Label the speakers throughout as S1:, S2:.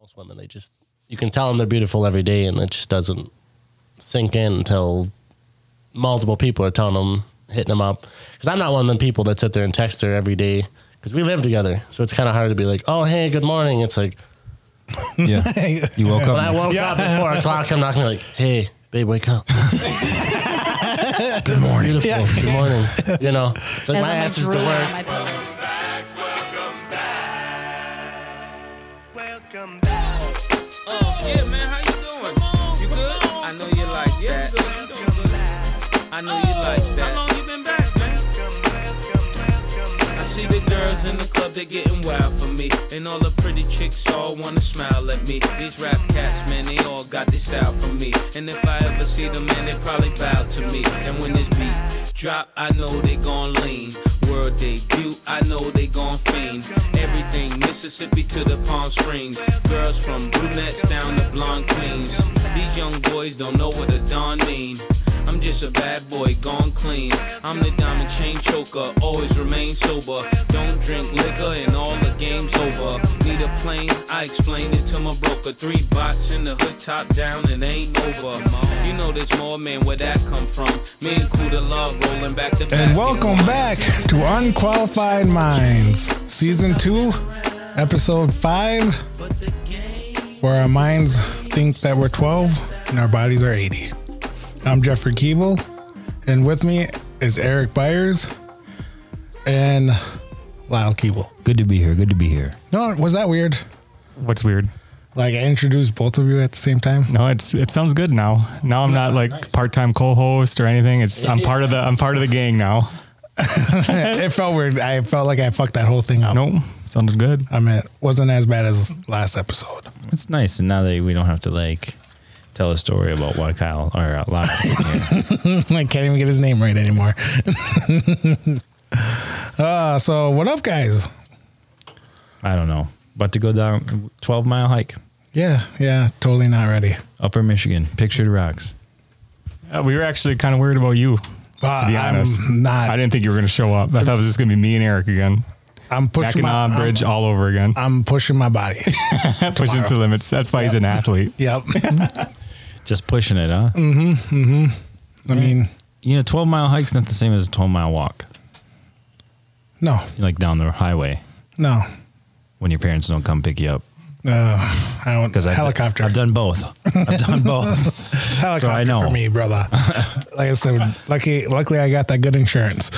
S1: most women they just you can tell them they're beautiful every day, and it just doesn't sink in until multiple people are telling them, hitting them up. Because I'm not one of them people that sit there and text her every day. Because we live together, so it's kind of hard to be like, "Oh, hey, good morning." It's like
S2: Yeah. You woke
S1: when I
S2: up.
S1: woke up at four o'clock, I'm not gonna be like, "Hey, babe, wake up."
S2: Good morning.
S1: Beautiful. Good morning. You know, it's like
S3: As
S1: my
S3: I'm, like,
S1: ass is to
S3: drooling
S1: work.
S3: on my pillow.
S4: Welcome back.
S5: Oh, yeah, man, how you doing? You good? I know you like that.
S4: Welcome back.
S5: I know you like that. How long you been back, man?
S4: Welcome, welcome, welcome,
S5: I
S4: welcome.
S5: see the girls in the club, they getting wild for me. And all the pretty chicks all wanna smile at me. These rap cats, man, they all got this style for me. And if I ever see them, man, they probably bow to me. And when this beat drop, I know they gon' lean. World debut, I know they gon' fiend. Everything Mississippi to the Palm Springs. Girls from brunettes down to blonde queens. These young boys don't know what a don mean. I'm just a bad boy gone clean. I'm the diamond chain choker, always remain sober. Don't drink liquor and all the game's over. Need a plane? I explain it to my broker. Three bots in the hood, top down, and ain't over. You know there's more man where that come from. Me and Kuda love rolling back to back.
S6: And welcome back to Unqualified Minds, Season 2, Episode 5, where our minds think that we're 12 and our bodies are 80. I'm Jeffrey Keeble, and with me is Eric Byers and Lyle Keeble.
S2: Good to be here. Good to be here.
S6: No, was that weird?
S7: What's weird?
S6: Like I introduced both of you at the same time?
S7: No, it's it sounds good now. Now I'm not like part-time co-host or anything. It's I'm part of the I'm part of the gang now.
S6: it felt weird. I felt like I fucked that whole thing up.
S7: Nope, sounds good.
S6: I mean, it wasn't as bad as last episode.
S8: It's nice, and now that we don't have to like tell a story about why Kyle or uh, Lyle is here.
S6: I can't even get his name right anymore. uh, so what up, guys?
S8: I don't know. About to go down twelve mile hike,
S6: Yeah, yeah, totally not ready.
S8: Upper Michigan. Pictured rocks.
S7: Uh, we were actually kind of worried about you.
S6: Uh,
S7: To be honest,
S6: I'm not.
S7: I didn't think you were going to show up. I thought it was just going to be me and Eric again,
S6: I'm pushing my
S7: Mackinac Bridge all over again,
S6: I'm, I'm pushing my body.
S7: pushing to limits. That's why he's an athlete.
S6: yep.
S8: Just pushing it, huh?
S2: Mm.
S6: I mean,
S8: You know, twelve mile hike's not the same as a twelve mile walk.
S6: no,
S8: Like down the highway
S6: no.
S8: when your parents don't come pick you up.
S6: Uh, I don't.
S8: Because
S6: Helicopter.
S8: I've, done both. I've done both.
S6: helicopter
S8: so I know.
S6: for me, brother. like I said, lucky, luckily I got that good insurance.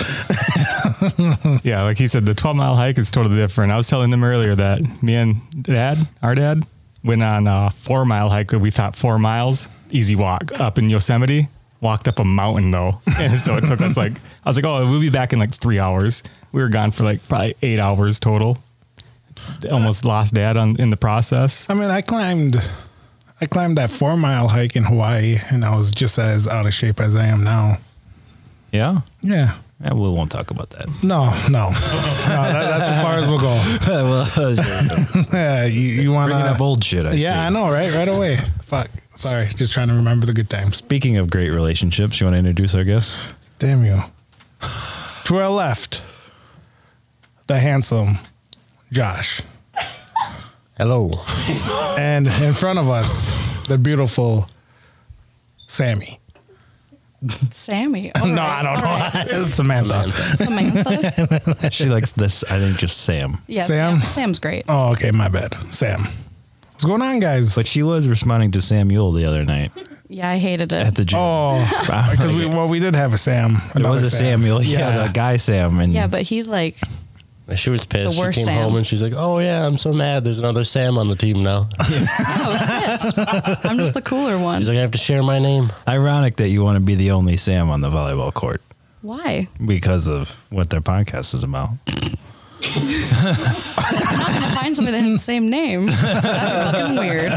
S7: Yeah, like he said, the 12 mile hike is totally different. I was telling them earlier that me and dad, our dad, went on a four mile hike. We thought four miles, easy walk up in Yosemite, walked up a mountain though. And so it took us like, I was like, oh, we'll be back in like three hours. We were gone for like probably eight hours total. Almost lost dad on, in the process.
S6: I mean, I climbed, I climbed that four mile hike in Hawaii, and I was just as out of shape as I am now.
S8: yeah?
S6: Yeah.
S8: yeah. We won't talk about that.
S6: No, no, no. That, that's as far as we'll go.
S8: well,
S6: Yeah, you, you want to
S8: bringing up old shit. I
S6: Yeah,
S8: see.
S6: I know, right? Right away. Fuck. Sorry, just trying to remember the good times.
S8: Speaking of great relationships, you want to introduce our guest?
S6: Damn you. To our left, the handsome Josh,
S1: Hello.
S6: and in front of us, the beautiful Sammy.
S3: Sammy. All
S6: no,
S3: right,
S6: I don't
S3: all
S6: know.
S3: right.
S6: it's Samantha.
S3: Samantha.
S8: She likes this. I think just Sam.
S3: Yeah,
S6: Sam?
S3: Sam. Sam's great.
S6: Oh, okay, my bad. Sam. What's going on, guys?
S8: But she was responding to Samuel the other night
S3: Yeah, I hated
S8: at
S3: it.
S8: the gym.
S6: Oh,
S8: I'm
S6: because
S8: like,
S6: we well, we did have a Sam.
S8: there was
S6: Another
S8: a Samuel. Yeah, the guy Sam. And
S3: yeah, but he's like,
S1: She was pissed. She
S3: worst
S1: came
S3: Sam.
S1: home and she's like, "Oh yeah, I'm so mad. There's another Sam on the team now."
S3: "Oh, I was pissed. I'm just the cooler one.
S1: She's like, "I have to share my name."
S8: ironic that you want to be the only Sam on the volleyball court
S3: Why?
S8: because of what their podcast is about.
S3: I'm gonna find somebody that has the same name. That's fucking weird.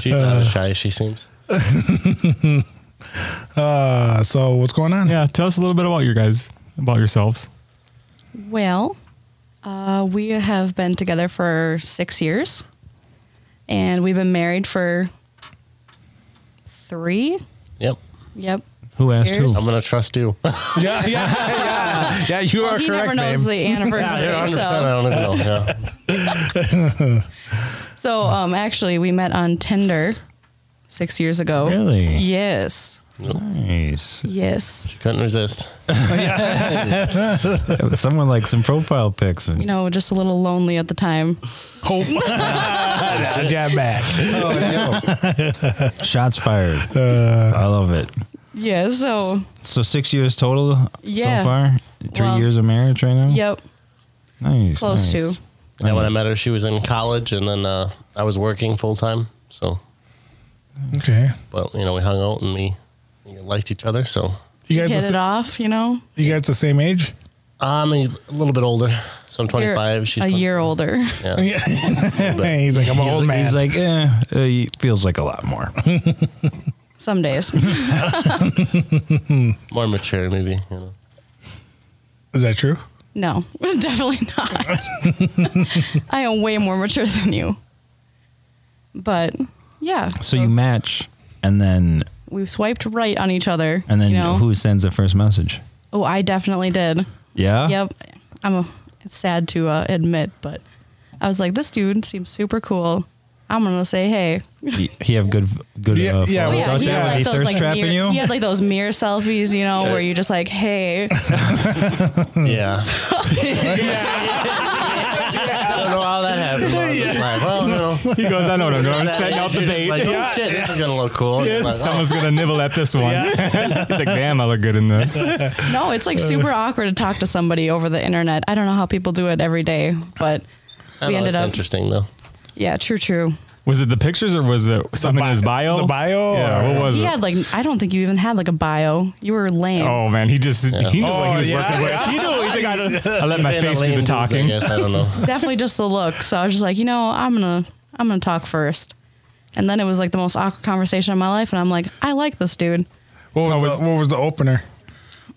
S1: She's not as shy as she seems.
S6: Uh, so what's going on?
S7: Yeah, tell us a little bit about your guys, about yourselves.
S3: Well, uh, we have been together for six years, and we've been married for three.
S1: Yep.
S3: Yep.
S8: Who asked
S3: Here's-
S1: I'm gonna trust you.
S6: yeah, yeah, yeah. Yeah, you
S3: Well,
S6: are
S3: he
S6: correct,
S3: never knows
S6: babe.
S3: the anniversary,
S1: Yeah, 100%. I
S3: so
S1: don't even know. Yeah.
S3: So um, actually, we met on Tinder six years ago.
S8: Oh, Really?
S3: Yes.
S8: Nice.
S3: Yes.
S1: She couldn't resist.
S8: Someone like some profile pics.
S3: You
S8: And,
S3: know, just a little lonely at the time.
S6: Hope.
S7: Uh,
S6: Jab back.
S8: Shots fired. I love it.
S3: Yeah. So.
S8: So six years total
S3: Yeah.
S8: so far. Three
S3: Well-
S8: years of marriage right now.
S3: Yep.
S8: Nice.
S3: Close
S8: nice.
S3: to.
S1: Yeah, when I met her, she was in college, and then uh, I was working full time. So,
S6: Okay.
S1: but you know, we hung out and we, we liked each other. So
S6: You
S3: Get
S6: guys, the,
S3: it
S6: sa-
S3: off. You know.
S6: you guys the same age?
S1: I'm a little bit older. So I'm 25.
S3: You're
S1: she's
S3: a
S1: 20.
S3: year older.
S1: Yeah.
S6: Yeah. he's like, I'm an
S8: He's,
S6: old
S8: like-
S6: man.
S8: he's like, eh, uh, he feels like a lot more.
S3: Some days.
S1: More mature, maybe. You know.
S6: Is that true?
S3: No, definitely not. I am way more mature than you. But yeah.
S8: So you match, and then
S3: we swiped right on each other.
S8: and then
S3: you know?
S8: who sends the first message?
S3: Oh, I definitely did.
S8: Yeah.
S3: Yep. I'm a, it's sad to uh, admit, but I was like, this dude seems super cool. I'm gonna say, hey.
S8: He, he have good good
S6: Yeah,
S8: uh,
S6: yeah,
S8: photos
S6: well,
S8: out
S3: Oh, he
S8: there.
S3: had,
S8: Was he thirst trapping
S3: mirror,
S8: you?
S3: he had like those mirror selfies, you know, where you're just like, hey,
S7: Hmm.
S1: Yeah. I don't know how that happened. but I was just like, well, you know,
S7: He goes, I don't know. I'm setting out the
S1: You're just
S7: bait.
S1: like, oh,
S7: Yeah.
S1: shit, this is gonna look cool.
S7: Yeah,
S1: It's like, oh,
S7: Someone's gonna nibble at this one. He's like, damn, I look good in this.
S3: no, it's like super awkward to talk to somebody over the internet. I don't know how people do it every day, but
S1: I don't
S3: we
S1: know,
S3: ended
S1: it's
S3: up,
S1: interesting though.
S3: yeah, true, true.
S7: Was it the pictures or was it something in his bio?
S6: The bio?
S7: Yeah,
S6: or-
S7: what was
S3: He
S7: it?
S3: had like, I don't think you even had like a bio. You were lame.
S7: Oh man, he just he knew what
S6: Oh,
S7: he was
S6: yeah.
S7: working with. He knew he's like, I, don't- I let my
S1: Saying
S7: face do
S1: lame
S7: the
S1: dudes, I
S7: talking.
S1: guess I don't know.
S3: definitely just the look. So I was just like, you know, I'm gonna I'm gonna talk first. And then it was like the most awkward conversation of my life, and I'm like, I like this dude.
S6: what, was the, what was the opener?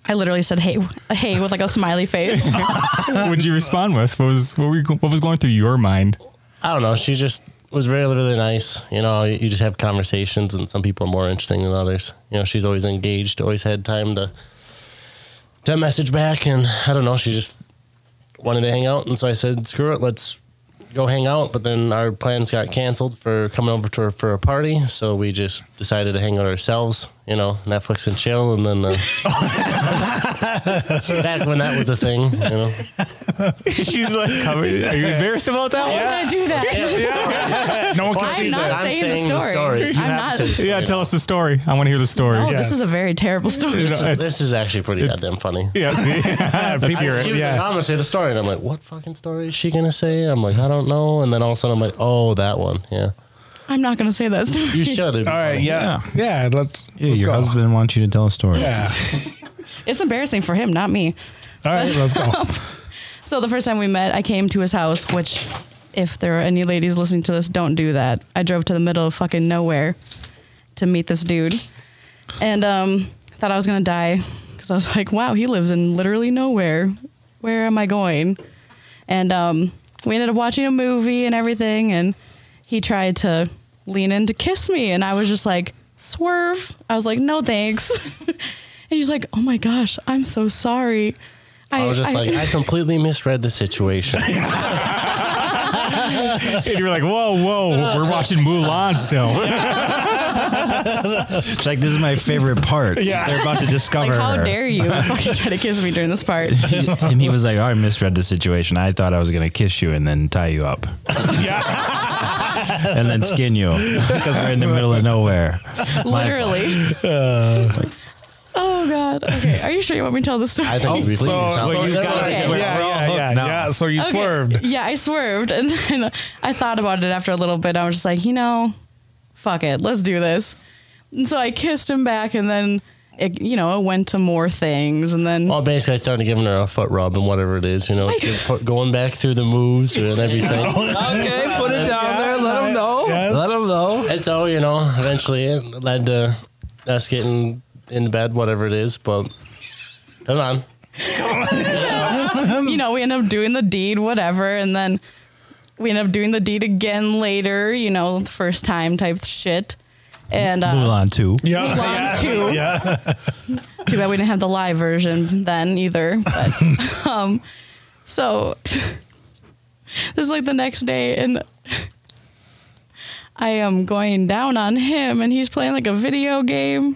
S3: I literally said, hey, hey, with like a smiley face.
S7: What'd you respond with? What was what, were you, what was going through your mind?
S1: I don't know. She just was really, really nice. You know, you you just have conversations, and some people are more interesting than others. You know, she's always engaged, always had time to to message back, and I don't know. She just wanted to hang out, and so I said, "Screw it, let's go hang out." But then our plans got canceled for coming over to her for a party, so we just decided to hang out ourselves. You know, Netflix and chill, and then uh, back when that was a thing, you know.
S7: She's like, are you embarrassed about that?
S3: Why would I do that?
S6: No one can
S3: I'm
S6: see
S3: not
S6: that.
S3: saying the story.
S1: You
S3: I'm
S1: have
S3: not-
S1: to say the story.
S7: Yeah, tell us the story. I want to hear the story.
S3: Oh,
S7: yeah.
S3: this is a very terrible story.
S1: This, is, this is actually pretty goddamn funny.
S7: Yeah, see, Let's hear
S1: she
S7: it.
S1: was like,
S7: Yeah.
S1: I'm gonna say the story, and I'm like, what fucking story is she gonna say? I'm like, I don't know, and then all of a sudden I'm like, oh, that one, yeah.
S3: I'm not gonna say that story.
S1: You should. All
S6: All right. Yeah. Yeah. let's,
S8: Yeah,
S6: let's
S8: your
S6: go.
S8: husband wants you to tell a story.
S6: Yeah.
S3: It's embarrassing for him, not me.
S6: All right. Let's go.
S3: So the first time we met, I came to his house, which, if there are any ladies listening to this, don't do that. I drove to the middle of fucking nowhere to meet this dude, and um, thought I was gonna die because I was like, wow, he lives in literally nowhere. Where am I going? And um, we ended up watching a movie and everything, and he tried to lean in to kiss me, and I was just like, swerve. I was like, no thanks. and he's like, oh my gosh, I'm so sorry.
S1: I was just like, I completely misread the situation.
S7: And you're like, whoa, whoa, Oh, we're watching Mulan still.
S8: It's like this is my favorite part. Yeah. They're about to discover
S3: Like, how
S8: her.
S3: dare you fucking try to kiss me during this part?
S8: and he was like, oh, I misread the situation. I thought I was going to kiss you and then tie you up. and then skin you because we're in the middle of nowhere.
S3: Literally. oh, God. Okay. Are you sure you want me to tell the story?
S1: I think it'd be
S6: Oh, So,
S1: funny.
S6: so
S1: Sounds
S6: you
S1: like-
S6: guys,
S3: okay.
S6: yeah,
S3: We're
S6: yeah, yeah,
S8: now.
S6: yeah. So you
S3: Okay.
S6: swerved.
S3: Yeah, I swerved. And then I thought about it after a little bit. I was just like, you know, fuck it. Let's do this. And so I kissed him back and then. It, you know, it went to more things, and then
S1: well, basically, I started giving her a foot rub and whatever it is, you know, just put, going back through the moves and
S6: Oh,
S1: everything.
S8: Okay, put it down there. Let him know.
S6: Yes. Let
S8: him know.
S1: and so, you know, eventually it led to us getting in bed, whatever it is, but hold on.
S3: you know we end up doing the deed, whatever, and then we end up doing the deed again later. You know, first time type shit, and uh,
S8: Mulan too.
S6: Yeah.
S3: Mulan too.
S6: Yeah.
S3: Too bad we didn't have the live version then either. But um, so this is like the next day, and I am going down on him, and he's playing like a video game.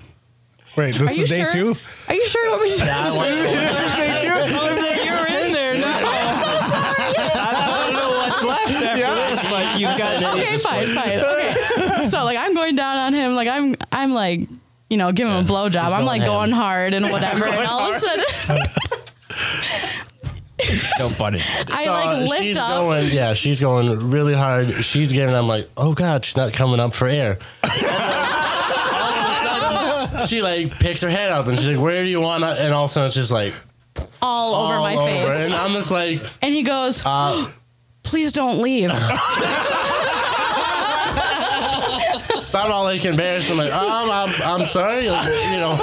S6: Wait,
S3: Are
S6: this
S3: you
S6: is day
S3: sure?
S6: two?
S3: Are you sure what we should
S8: But you got
S3: okay, fine, fine. Okay. So like I'm going down on him, like I'm I'm like, you know, giving him a blowjob. I'm like
S1: going
S3: going hard and whatever. and all of a sudden
S8: no button.
S3: I
S1: So, uh,
S3: like
S1: she's
S3: lift up.
S1: Going, yeah, she's going really hard. She's giving. I'm like, oh god, she's not coming up for air. And then all of a sudden, she like picks her head up and she's like, where do you want to? And all of a sudden, it's just like
S3: all over
S1: all
S3: my face.
S1: And I'm just like, uh,
S3: And he goes, please don't leave.
S1: so I'm all like embarrassed. I'm like, um, I'm, I'm sorry. Like, you know,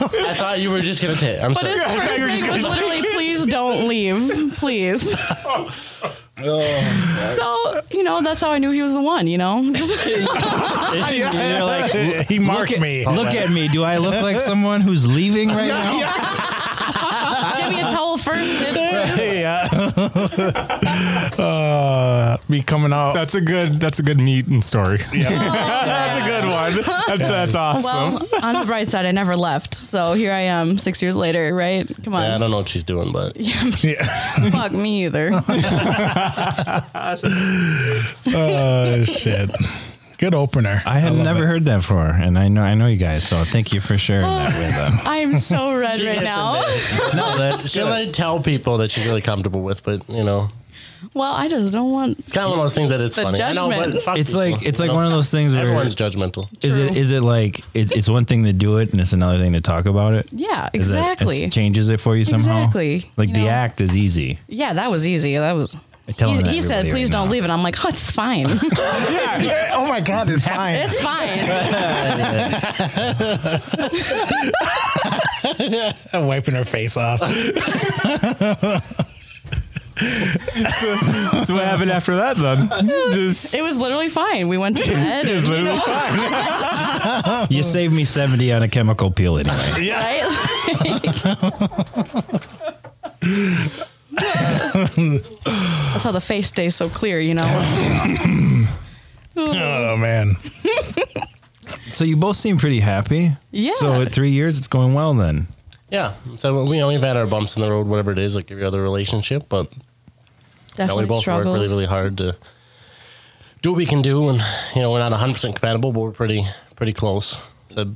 S1: I thought you were just gonna take. I'm
S3: But his
S1: sorry.
S3: first thing was literally, please don't leave. Please.
S2: Oh,
S3: so, you know, that's how I knew he was the one, you know?
S2: You're like,
S6: he
S2: look
S6: marked
S2: at,
S6: me.
S2: Look at me. Do I look like someone who's leaving right now?
S3: Give me a towel first, bitch.
S6: yeah. uh, me coming out.
S7: That's a good. That's a good meeting story. that's a good one. That's that's awesome.
S3: Well, on the bright side, I never left. So here I am six years later, right? Come on.
S1: Yeah, I don't know what she's doing, but
S3: Fuck me either.
S6: Oh, shit. Good opener.
S2: I had
S6: love
S2: never
S6: it.
S2: heard that before, and I know I know you guys, so thank you for sharing that with them.
S3: I'm so red
S1: She
S3: right
S1: gets
S3: now.
S1: embarrassed.
S2: No, that's
S1: She'll like tell people that she's really comfortable with, but you know,
S3: Well, I just don't want.
S1: it's kind of one of those things that it's
S3: The
S1: funny. I know, but
S3: judgment.
S1: fuck
S2: It's
S1: people,
S2: like it's
S1: you
S2: like
S1: know?
S2: one of those things where
S1: Everyone's
S2: is
S1: judgmental.
S2: it
S3: True.
S2: is it like it's it's one thing to do it and it's another thing to talk about it.
S3: Yeah,
S2: Is that- it's-
S3: exactly.
S2: changes it for you somehow.
S3: Exactly.
S2: Like
S3: You
S2: the
S3: know?
S2: act is easy.
S3: Yeah, that was easy. That was.
S2: I tell
S3: he
S2: him that
S3: he said,
S2: everybody
S3: "Please
S2: right
S3: don't
S2: now.
S3: leave," and I'm like, "Oh, it's fine.
S6: Yeah, yeah. Oh, my God. It's fine.
S3: it's fine."
S6: I'm wiping her face off.
S7: so what happened after that then? Just
S3: It was literally fine. We went to bed.
S7: is
S3: you
S7: literally
S3: know,
S2: You saved me seventy on a chemical peel anyway.
S3: right? That's how the face stays so clear, you know.
S6: Oh, man.
S2: so you both seem pretty happy.
S3: Yeah.
S2: So at three years, it's going well then.
S1: Yeah. So we, you know, we've had our bumps in the road, whatever it is, like every other relationship, but you know, we
S3: Definitely
S1: both
S3: struggles.
S1: work really, really hard to do what we can do. And, you know, we're not 100% compatible, but we're pretty, pretty close. So,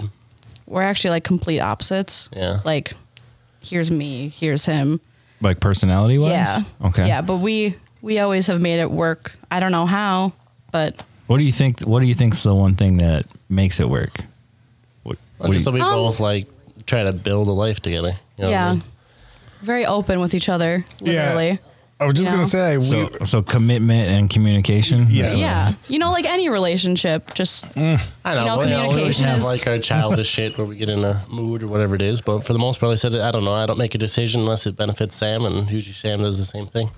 S3: We're actually like complete opposites.
S1: Yeah.
S3: Like, here's me. Here's him.
S2: Like personality wise.
S3: Yeah.
S2: Okay.
S3: Yeah, but we we always have made it work. I don't know how, but
S2: What do you think? What do you think's the one thing that makes it work? What, what do
S1: just so
S2: you-
S1: we
S3: Um,
S1: both like try to build a life together. You know what I
S3: yeah.
S1: mean?
S3: Very open with each other,
S6: Yeah.
S3: literally.
S6: I was just
S3: No.
S6: going to say, we,
S2: so, so commitment and communication.
S6: Yeah.
S3: Yeah. You know, like any relationship, just
S1: I know.
S3: You know,
S1: we- we always
S3: communication
S1: have
S3: is-
S1: like our childish shit where we get in a mood or whatever it is. But for the most part, like I said, I don't know. I don't make a decision unless it benefits Sam, and usually Sam does the same thing.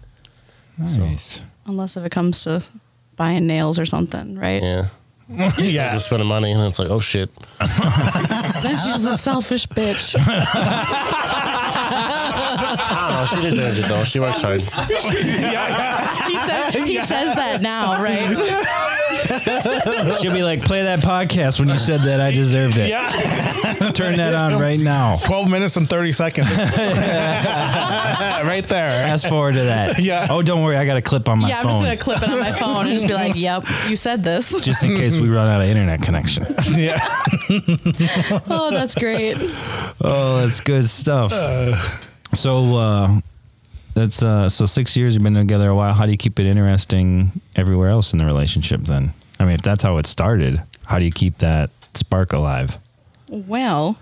S2: Nice.
S3: unless if it comes to buying nails or something, right?
S1: Yeah.
S6: yeah.
S1: Just spending money, and it's like, oh shit.
S3: Then she's a selfish bitch.
S1: I don't know. She deserves it though. She works hard.
S3: He says he says that now, right?
S2: She'll be like, play that podcast when you said that. I deserved it.
S6: Yeah.
S2: Turn that on right now.
S6: 12 minutes and 30 seconds. right there.
S2: Fast forward to that.
S6: Yeah.
S2: Oh, don't worry. I got a clip on my
S3: Yeah, I'm just
S2: phone.
S3: gonna clip it on my phone and just be like, "Yep, you said this."
S2: just in case we run out of internet connection.
S6: Yeah.
S3: Oh, that's great.
S2: oh, that's good stuff. so uh, that's uh, so six years you've been together a while. How do you keep it interesting everywhere else in the relationship? Then, I mean, if that's how it started, how do you keep that spark alive?
S3: Well,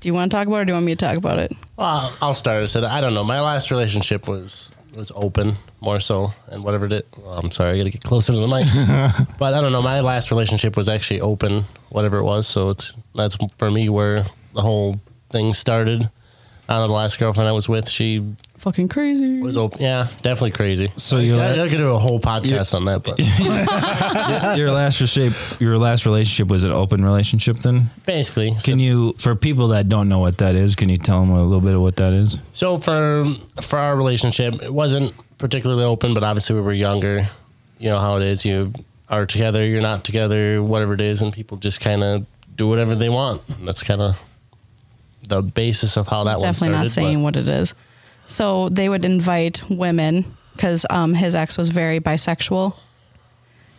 S3: do you want to talk about it or do you want me to talk about it?
S1: Well, I'll start. I said I don't know. My last relationship was was open more so, and whatever it. Well, I'm sorry, I got to get closer to the mic. but I don't know. My last relationship was actually open, whatever it was. So it's that's for me where the whole thing started. I don't know. The last girlfriend I was with, she
S3: Fucking crazy.
S1: was open. Yeah, definitely crazy.
S2: So you're
S1: I, I
S2: la-
S1: could do a whole podcast on that, but
S2: your last relationship, your last relationship was an open relationship. Then,
S1: basically,
S2: can you, for people that don't know what that is, can you tell them a little bit of what that is?
S1: So for for our relationship, it wasn't particularly open, but obviously we were younger. You know how it is. You are together, you're not together, whatever it is, and people just kind of do whatever they want. And that's kind of the basis of how that one
S3: definitely
S1: started.
S3: not saying
S1: but
S3: what it is. So they would invite women because um, his ex was very bisexual,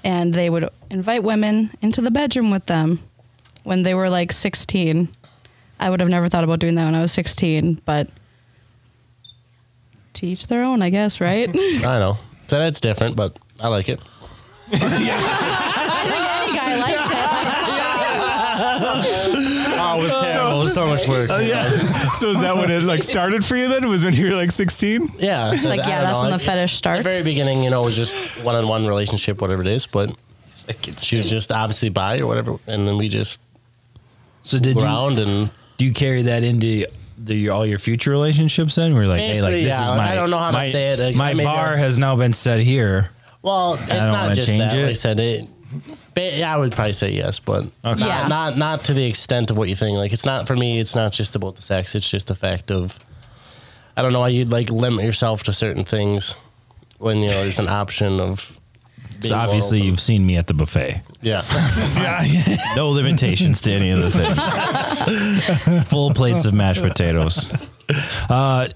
S3: and they would invite women into the bedroom with them when they were like 16. I would have never thought about doing that when I was 16, but to each their own, I guess, right?
S1: I know so that's different, but I like it.
S3: Any guy likes it.
S1: Oh, it was terrible. it was so much work.
S7: yeah. so is that when it like started for you then? Was when you were like 16?
S1: Yeah, so
S3: Like,
S1: I
S3: yeah,
S1: don't
S3: that's
S1: know,
S3: when the
S1: like,
S3: fetish
S1: At
S3: starts.
S1: the very beginning, you know, it was just one on one relationship, whatever it is. But she was just obviously bi or whatever, and then we just
S2: So did you,
S1: ground and
S2: do you carry that into the, your, all your future relationships? Then we're like, hey, like
S1: Basically,
S2: this
S1: yeah,
S2: is
S1: like,
S2: my.
S1: I don't know how to
S2: my-
S1: say it, like,
S2: my
S1: maybe
S2: bar
S1: I-
S2: has now been set here.
S1: well, it's
S2: don't
S1: not
S2: wanna
S1: just
S2: change
S1: that. Like I
S2: it.
S1: said it. ba- yeah, I would probably say yes, but not,
S3: Yeah.
S1: not not to the extent of what you think. Like it's not for me. It's not just about the sex. It's just the fact of I don't know why you'd like limit yourself to certain things when you know there's an option of.
S2: So obviously, you've seen me at the buffet.
S1: yeah.
S2: No limitations to any of the things. Full plates of mashed potatoes. Uh,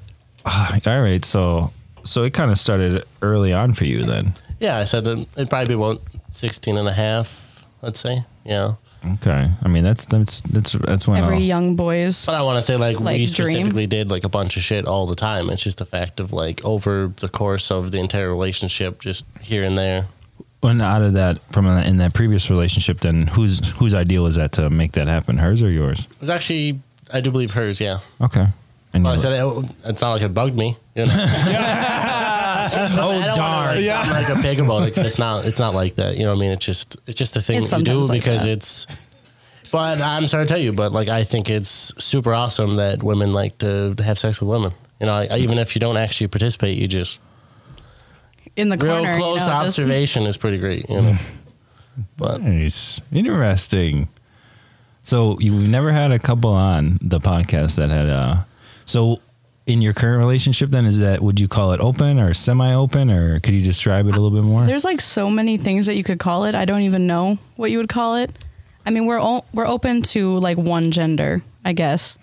S2: all right, so so it kind of started early on for you then.
S1: Yeah, I said that it'd probably be about 16 and a half, let's say. Yeah.
S2: Okay, I mean that's that's that's that's when uh,
S3: Every
S2: I'll-
S3: young boy's
S1: But I want to say, like,
S3: Like,
S1: we
S3: dream.
S1: specifically did, like, a bunch of shit all the time. It's just a fact of, like, over the course of the entire relationship, just here and there.
S2: when out of that from a, in that previous relationship. Then whose whose idea was that to make that happen? Hers or yours?
S1: It was actually, I do believe hers, yeah.
S2: Okay. And
S1: Well, I
S2: you-
S1: said it, oh, it's not like it bugged me. You know?
S2: oh
S1: I don't wanna,
S2: darn!
S1: like, sound like a pig about it 'cause it's not, it's not like that. You know what I mean? It's just, it's just a thing
S3: It's
S1: that you do
S3: sometimes like
S1: because
S3: that.
S1: it's, but I'm sorry to tell you, but like I think it's super awesome that women like to have sex with women. You know, I, even if you don't actually participate, you just
S3: in the
S1: real
S3: corner. you
S1: close
S3: know, just-
S1: observation is pretty great. You know, but
S2: Nice. Interesting. So you- we've never had a couple on the podcast that had uh so in your current relationship then is that would you call it open or semi open or could you describe it a little bit more?
S3: There's like so many things that you could call it. I don't even know what you would call it. I mean, we're o- we're open to like one gender, I guess.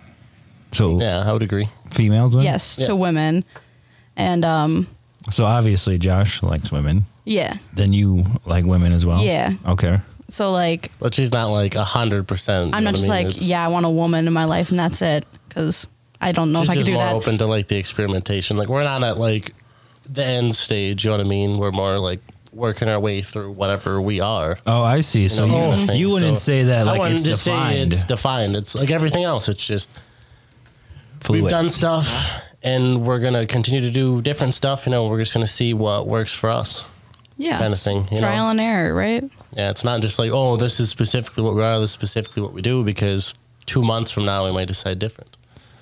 S2: So
S1: yeah, I would agree.
S2: females then?
S3: Yes,
S1: Yeah.
S3: to women, and um,
S2: So obviously Josh likes women.
S3: yeah.
S2: Then you like women as well?
S3: Yeah.
S2: Okay.
S3: So like,
S1: But she's not like hundred percent.
S3: I'm not just like, yeah, I want a woman in my life, and that's it, because I don't know
S1: She's
S3: if I
S1: just
S3: could do
S1: more
S3: that.
S1: open to like the experimentation. Like we're not at like the end stage. You know what I mean? We're more like working our way through whatever we are.
S2: Oh, I see. So
S1: know,
S2: you,
S1: kind of thing.
S2: you wouldn't
S1: So
S2: say that
S1: I
S2: like
S1: wouldn't
S2: it's
S1: just say
S2: defined.
S1: it's defined. It's like everything else. It's just
S2: fluid.
S1: we've done stuff and we're gonna continue to do different stuff. You know, we're just gonna see what works for us.
S3: Yeah,
S1: kind of thing, you
S3: trial
S1: know?
S3: and error, right?
S1: Yeah, it's not just like oh, this is specifically what we are. This is specifically what we do because two months from now we might decide different.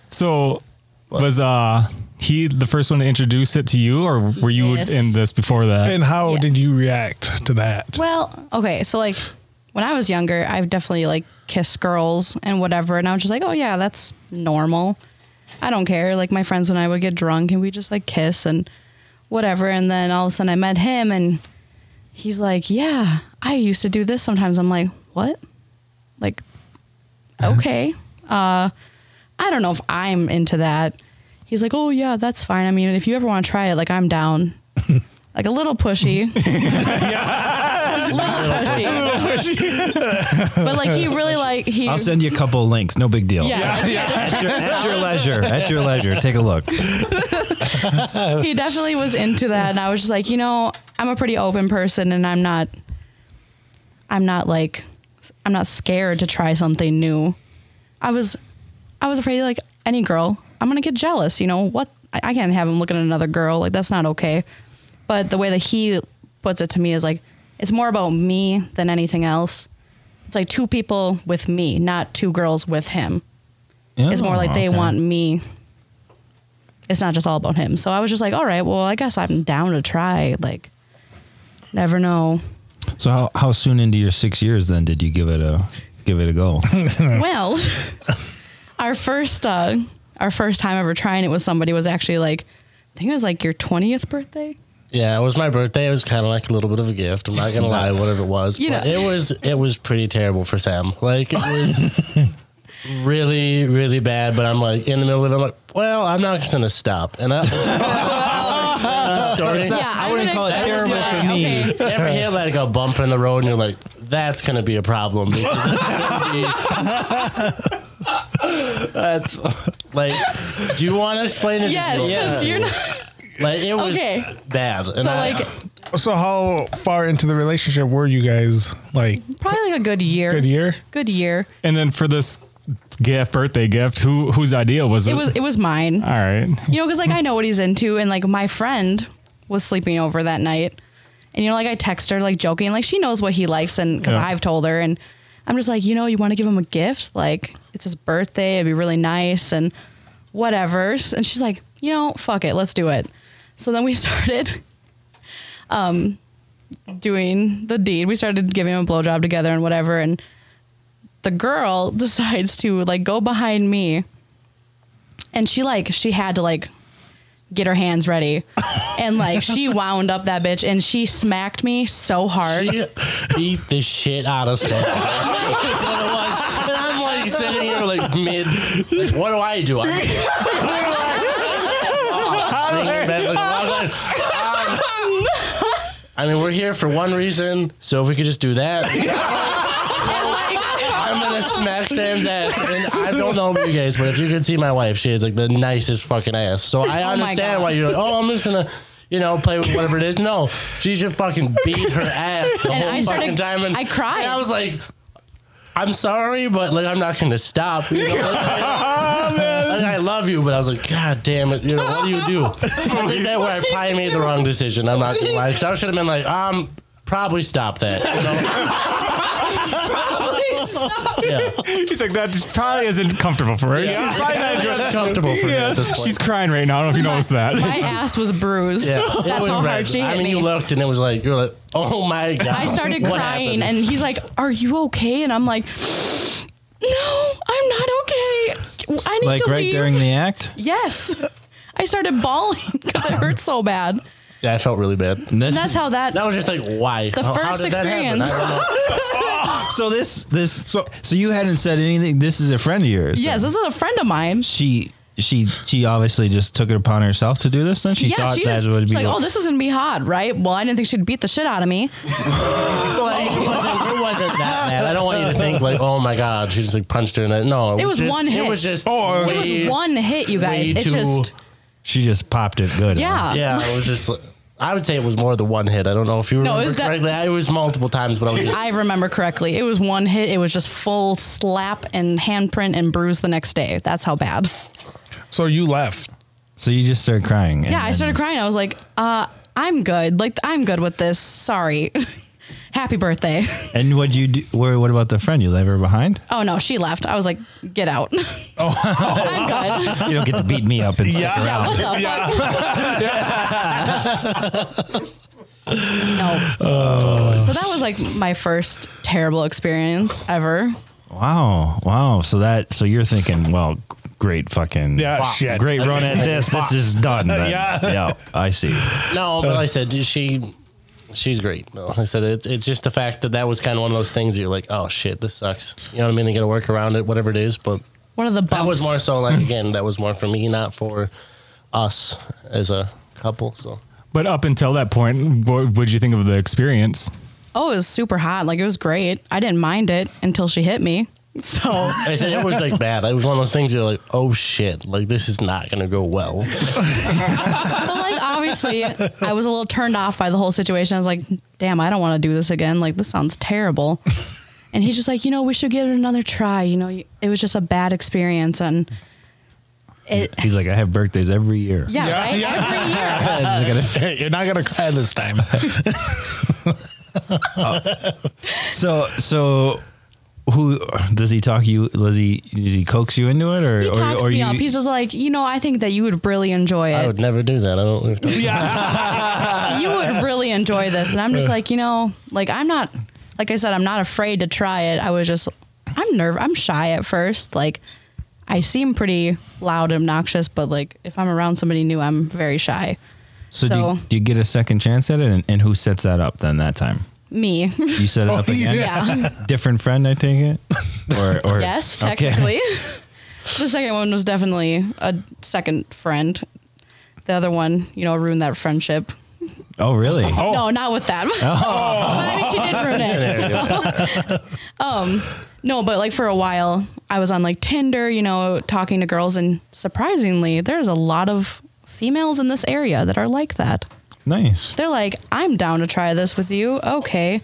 S7: So was uh he the first one to introduce it to you or were you
S3: Yes.
S7: in this before that?
S6: And how
S3: Yeah.
S6: did you react to that?
S3: Well, okay, so like when I was younger, I've definitely like kissed girls and whatever, and I was just like, oh yeah, that's normal. I don't care. Like my friends and I would get drunk and we just like kiss and whatever, and then all of a sudden I met him and he's like, yeah, I used to do this sometimes. I'm like, what? Like, okay. Uh, I don't know if I'm into that. He's like, oh yeah, that's fine. I mean, if you ever want to try it, like I'm down. like a little pushy. little pushy. but like he really like he.
S2: I'll send you a couple links. No big deal.
S3: yeah, like, he just-
S2: At, your, at your leisure. At your leisure. Take a look.
S3: he definitely was into that, and I was just like, you know, I'm a pretty open person, and I'm not, I'm not like, I'm not scared to try something new. I was, I was afraid like any girl, I'm gonna get jealous. You know what? I, I can't have him looking at another girl. Like that's not okay. But the way that he puts it to me is like, it's more about me than anything else. It's like two people with me, not two girls with him. It's more like they
S2: Oh, Okay.
S3: want me. It's not just all about him. So I was just like, all right, well, I guess I'm down to try. Like, never know.
S2: So how, how soon into your six years then did you give it a give it a go?
S3: well, our first uh, our first time ever trying it with somebody was actually like, I think it was like your twentieth birthday.
S1: Yeah, it was my birthday. It was kind of like a little bit of a gift. I'm not gonna lie, whatever it was,
S3: You
S1: but
S3: know-
S1: it was it was pretty terrible for Sam. Like it was really really bad. But I'm like in the middle of it. I'm like, well, I'm not just gonna stop. And I, story.
S3: yeah, I
S2: wouldn't call it terrible for me.
S1: You ever hear like a bump in the road and you're like, that's gonna be a problem. because it's gonna
S2: That's
S1: be- like, do you want to explain it? to
S3: Yes,
S1: people?
S3: because you're not.
S1: Like it was
S3: Okay.
S1: bad. And
S3: So
S1: I-
S3: like
S6: So how far into the relationship were you guys? Like
S3: probably like a good year.
S6: good year?
S3: Good year.
S7: And then for this gift, birthday gift, who whose idea was it?
S3: It was it was mine.
S7: All right.
S3: You know, because like I know what he's into, and like my friend was sleeping over that night, and you know, like I text her like joking, like she knows what he likes, and because
S7: Yeah.
S3: I've told her, and I'm just like, you know, you want to give him a gift, like it's his birthday, it'd be really nice, and whatever. S- And she's like, you know, fuck it, let's do it. So then we started, um, doing the deed. We started giving him a blowjob together and whatever, and the girl decides to like go behind me and she like she had to like get her hands ready and like she wound up that bitch and she smacked me so hard
S1: She beat the shit out of Sam. That's what it was. And I'm like sitting here like mid. Like, what do I do? I'm like, oh, laying in bed, like, I'm like, um, I mean, we're here for one reason, so if we could just do that. I'm gonna smack Sam's ass, and I don't know about you guys, but if you could see my wife, she has like the nicest fucking ass. So I
S3: Oh my
S1: understand
S3: God.
S1: why you're like, oh, I'm just gonna, you know, play with whatever it is. No, she just fucking beat her ass the
S3: And
S1: whole
S3: I started-
S1: fucking time, and
S3: I cried.
S1: And I was like, I'm sorry, but like I'm not gonna stop. You know? Like, I love you, but I was like, God damn it! You know what do you do? I think that where I probably made the wrong decision. I'm not gonna lie. So I should have been like, um, probably stop that. You know? Yeah.
S7: He's like, that probably isn't comfortable for her.
S1: Yeah.
S7: She's probably not
S1: It's
S7: enjoying-
S1: uncomfortable for me
S7: Yeah.
S1: at this point.
S7: She's crying right now. I don't know if you noticed that.
S3: my ass was bruised
S1: Yeah, it
S3: that's
S1: was
S3: how
S1: red.
S3: hard she hit
S1: I mean,
S3: me
S1: you looked and it was like you're like, oh my god.
S3: i started crying and he's like are you okay and i'm like no i'm not okay i need
S2: like
S3: to
S2: right
S3: leave
S2: during the act.
S3: yes i started bawling because it hurt so bad
S1: yeah, I felt really bad.
S2: And then-
S3: and that's how that
S1: That was just like, why?
S3: the
S1: How- how
S3: first
S1: did that happen?
S3: experience
S1: I don't know.
S2: so this this
S6: So-
S2: so so you hadn't said anything. This is a friend of yours.
S3: yes this is a friend of mine
S2: She she she obviously just took it upon herself to do this. Then she
S3: yeah,
S2: thought
S3: she
S2: that
S3: just,
S2: would
S3: she's
S2: be
S3: like, "Oh, this is gonna be hot, right?" Well, I didn't think she'd beat the shit out of me.
S1: Like, it, wasn't, it wasn't that bad. I don't want you to think like, oh my god, she just like punched her in the. No,
S3: It was
S1: just-
S3: one hit.
S1: It was just.
S6: Oh,
S3: It
S6: it
S1: way-
S3: was one hit, you guys.
S1: way
S3: It
S1: too-
S3: just,
S2: she just popped it good.
S3: yeah,
S1: Yeah, it was just. I would say it was more than one hit. I don't know if you
S3: No,
S1: remember
S3: it was that-
S1: correctly. I- It was multiple times, but I was just,
S3: I remember correctly. It was one hit. It was just full slap and handprint and bruise the next day. That's how bad.
S6: So you left.
S2: So you just started crying.
S3: Yeah, I started crying. I was like, uh, "I'm good. Like, I'm good with this. Sorry. Happy birthday."
S2: crying. And what you do? Where, what about the friend? You left her behind.
S3: oh no, she left. I was like, "Get out." I'm good.
S2: You don't get to beat me up and stick
S3: Yeah,
S2: around.
S3: what the fuck? no.
S1: Oh.
S3: so that was like my first terrible experience ever.
S2: Wow, wow. So that so you're thinking, well, g- great fucking
S6: Yeah, shit.
S2: great run at this. This is done. then.
S6: Yeah.
S2: yeah. I see.
S1: no. But I said she, she's great. though. I said it's it's just the fact that that was kind of one of those things. You're like, oh shit, this sucks. You know what I mean? They got to work around it, whatever it is. But
S3: One of the bumps.
S1: that was more so like again, that was more for me, not for us as a couple. So
S7: But up until that point, what would you think of the experience?
S3: Oh, it was super hot. Like it was great. I didn't mind it until she hit me. So
S1: I said it was like bad. It was one of those things you're like, oh shit, like this is not gonna go well.
S3: but like obviously I was a little turned off by the whole situation. I was like, damn, I don't want to do this again. Like this sounds terrible. And he's just like, you know, we should give it another try. You know, it was just a bad experience and it
S2: He's like, I have birthdays every year.
S3: yeah, right? every year.
S2: This is gonna-
S6: You're not gonna cry this time.
S2: so so who does he talk you does he does he coax you into it or
S3: He
S2: or,
S3: talks
S2: or
S3: me
S2: you
S3: up. He's just like, you know, I think that you would really enjoy
S1: I
S3: it.
S1: would never do that. I don't.
S3: you would really enjoy this. And I'm just like, you know, like I'm not, like I said, I'm not afraid to try it. I was just, I'm nerve, I'm shy at first. Like I seem pretty loud, and obnoxious, but like if I'm around somebody new, I'm very shy.
S2: So,
S3: So-
S2: do, you, do you get a second chance at it? And, and who sets that up then that time?
S3: Me.
S2: You set it
S6: Oh,
S2: up again?
S3: yeah.
S2: Different friend, I take it? Or, or
S3: Yes,
S2: Okay.
S3: technically. the second one was definitely a second friend. The other one, you know, ruined that friendship.
S2: Oh, really?
S3: No, not with that. But I mean, she did ruin it. so. um, no, but like for a while, I was on like Tinder, you know, talking to girls, and surprisingly, there's a lot of females in this area that are like that.
S2: Nice.
S3: They're like, I'm down to try this with you. Okay.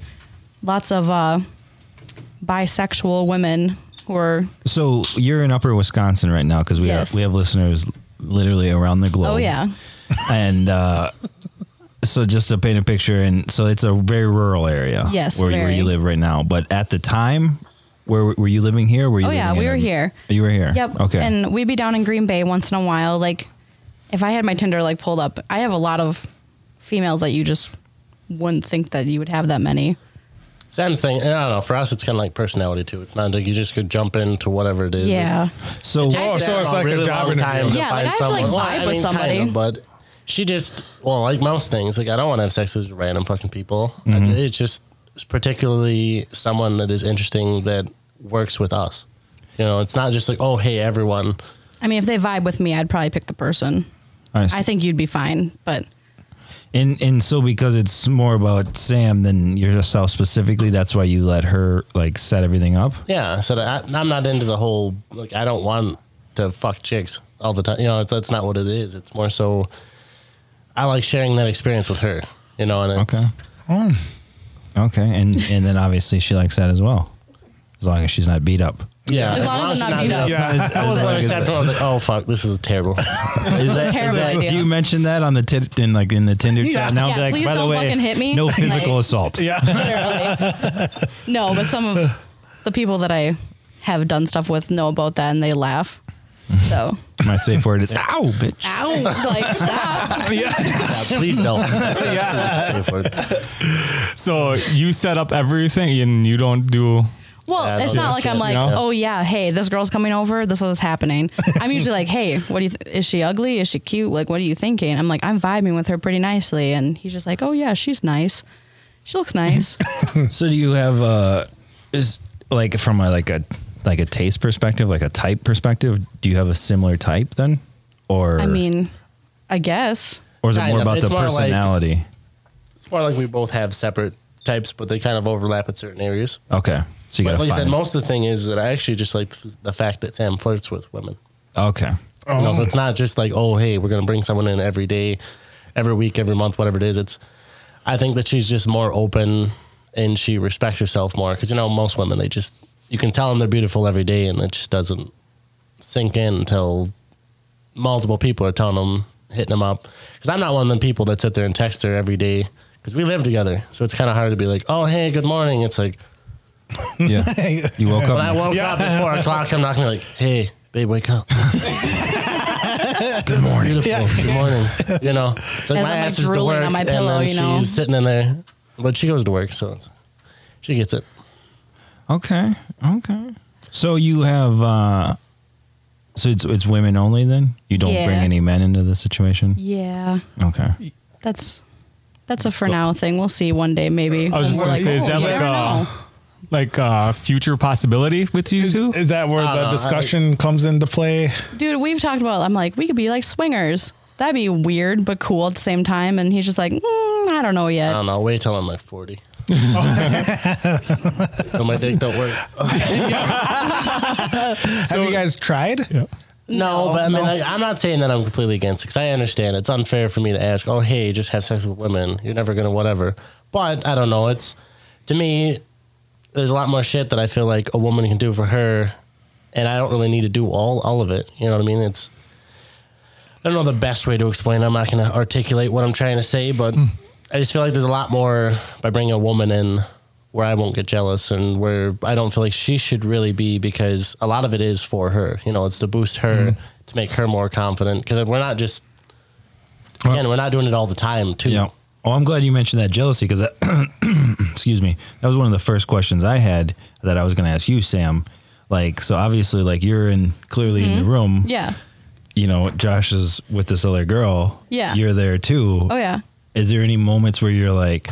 S3: Lots of uh, bisexual women who are
S2: So you're in Upper Wisconsin right now because we
S3: Yes.
S2: have, we have listeners literally around the globe.
S3: Oh yeah.
S2: and uh, so just to paint a picture, and so it's a very rural area.
S3: Yes,
S2: where, where
S3: very.
S2: you live right now. But at the time, where were you living here? Were you
S3: Oh, yeah,
S2: living
S3: we
S2: in-
S3: were here.
S2: You were here.
S3: Yep.
S2: Okay.
S3: And we'd be down in Green Bay once in a while. Like if I had my Tinder like pulled up, I have a lot of females that you just wouldn't think that you would have that many.
S1: Sam's thing, I don't know. For us, it's kind of like personality too. It's not like you just could jump into whatever it is.
S3: yeah.
S2: so
S6: Oh, so it's like a job interview.
S3: Yeah, like, I have to, like, vibe with somebody.
S1: kinda, but she just, well, like most things, like I don't want to have sex with random fucking people. I-
S6: Mm-hmm.
S1: it's just particularly someone that is interesting that works with us. You know, it's not just like, oh, hey, everyone.
S3: I mean, if they vibe with me, I'd probably pick the person. I think you'd be fine, but
S2: and and so because it's more about Sam than yourself specifically, that's why you let her like set everything up.
S1: Yeah. So that I, I'm not into the whole, like, I don't want to fuck chicks all the time. You know, it's, that's not what it is. It's more so I like sharing that experience with her, you know, and it's,
S2: Okay. Okay, and and then obviously she likes that as well, as long as she's not beat up.
S1: yeah.
S3: As long as I'm not beat up.
S1: Yeah.
S2: As-
S1: That
S2: as
S1: was what
S2: long
S1: I
S2: as-
S1: said. when I was like, "Oh fuck, this was terrible."
S2: Is that,
S3: terrible
S2: is that-
S3: idea.
S2: Do you mention that on the tit in like in the Tinder chat? Now,
S3: Yeah,
S2: be like,
S3: please
S2: by the
S3: don't
S2: way,
S3: fucking hit me.
S2: no
S3: Like-
S2: physical assault. Yeah,
S3: literally. no, but some of the people that I have done stuff with know about that and they laugh. So,
S2: my safe word is ow, bitch.
S3: ow, like stop.
S1: Yeah, please don't.
S7: So you set up everything and you don't do.
S3: Well,
S1: Yeah,
S3: it's
S1: those
S3: not
S1: are
S3: like
S1: shit,
S3: I'm like,
S7: you know?
S3: oh yeah, hey, this girl's coming over. This is what's happening. I'm usually like, hey, what do you? Th- is she ugly? Is she cute? Like, what are you thinking? I'm like, I'm vibing with her pretty nicely, and he's just like, oh yeah, she's nice. She looks nice.
S2: So do you have uh is like from a like a like a taste perspective, like a type perspective, do you have a similar type then? Or
S3: I mean, I guess.
S2: or is it
S1: Kind
S2: more
S1: of.
S2: about
S1: It's
S2: the
S1: more like-
S2: personality?
S1: It's more like we both have separate types, but they kind of overlap at certain areas.
S2: okay. So you
S1: But
S2: got
S1: like
S2: to
S1: I said,
S2: find.
S1: most of the thing is that I actually just like f- the fact that Sam flirts with women.
S2: okay.
S1: You know, so it's not just like, oh, hey, we're gonna bring someone in every day, every week, every month, whatever it is. It's, I think that she's just more open and she respects herself more because you know most women they just you can tell them they're beautiful every day and it just doesn't sink in until multiple people are telling them hitting them up because I'm not one of them people that sit there and text her every day because we live together so it's kind of hard to be like, oh, hey, good morning. It's like
S2: Yeah. You woke
S1: when I
S2: up.
S1: woke up at four o'clock, I'm not gonna be like, hey, babe, wake up.
S2: Good morning.
S1: Beautiful. Good morning. You know, it's like
S3: As
S1: my
S3: I'm, like,
S1: ass is to
S3: drooling
S1: work,
S3: on my
S1: and
S3: pillow,
S1: then
S3: you know?
S1: she's sitting in there, but she goes to work, so it's, she gets it.
S2: Okay. Okay. So you have uh so it's it's women only then? You don't bring
S3: Yeah.
S2: any men into the situation?
S3: Yeah,
S2: Okay.
S3: that's that's a for now thing. We'll see one day maybe.
S7: I was just
S3: When we're
S7: gonna say, is
S3: oh,
S7: that
S3: you
S7: like uh,
S3: never
S7: a
S3: know.
S7: like a future possibility with you two?
S6: Is that where
S1: I don't
S6: the
S2: Uh,
S1: know, I
S6: discussion comes into play?
S3: dude? We've talked about. I'm like, we could be like swingers. That'd be weird but cool at the same time. And he's just like, mm, I don't know
S1: I
S3: yet.
S7: Um,
S1: don't know. Wait till I'm like forty. so my dick don't work.
S6: Have you guys tried?
S1: No, but I mean, like, I'm not saying that I'm completely against because I understand it's unfair for me to ask, oh, hey, just have sex with women. You're never going to whatever. But I don't know. It's to me, there's a lot more shit that I feel like a woman can do for her, and I don't really need to do all, all of it. You know what I mean? It's, I don't know the best way to explain. it. I'm not going to articulate what I'm trying to say, but I just feel like there's a lot more by bringing a woman in where I won't get jealous and where I don't feel like she should really be because a lot of it is for her. You know, it's to boost her to make her more confident because we're not just again we're not doing it all the time too.
S2: Yeah. Oh, I'm glad you mentioned that jealousy because that, excuse me, that was one of the first questions I had that I was going to ask you, Sam. Like, so obviously, like you're in clearly in the room.
S3: Mm-hmm. Yeah.
S2: you know, Josh is with this other girl.
S3: Yeah.
S2: You're there too.
S3: Oh yeah.
S2: Is there any moments where you're like,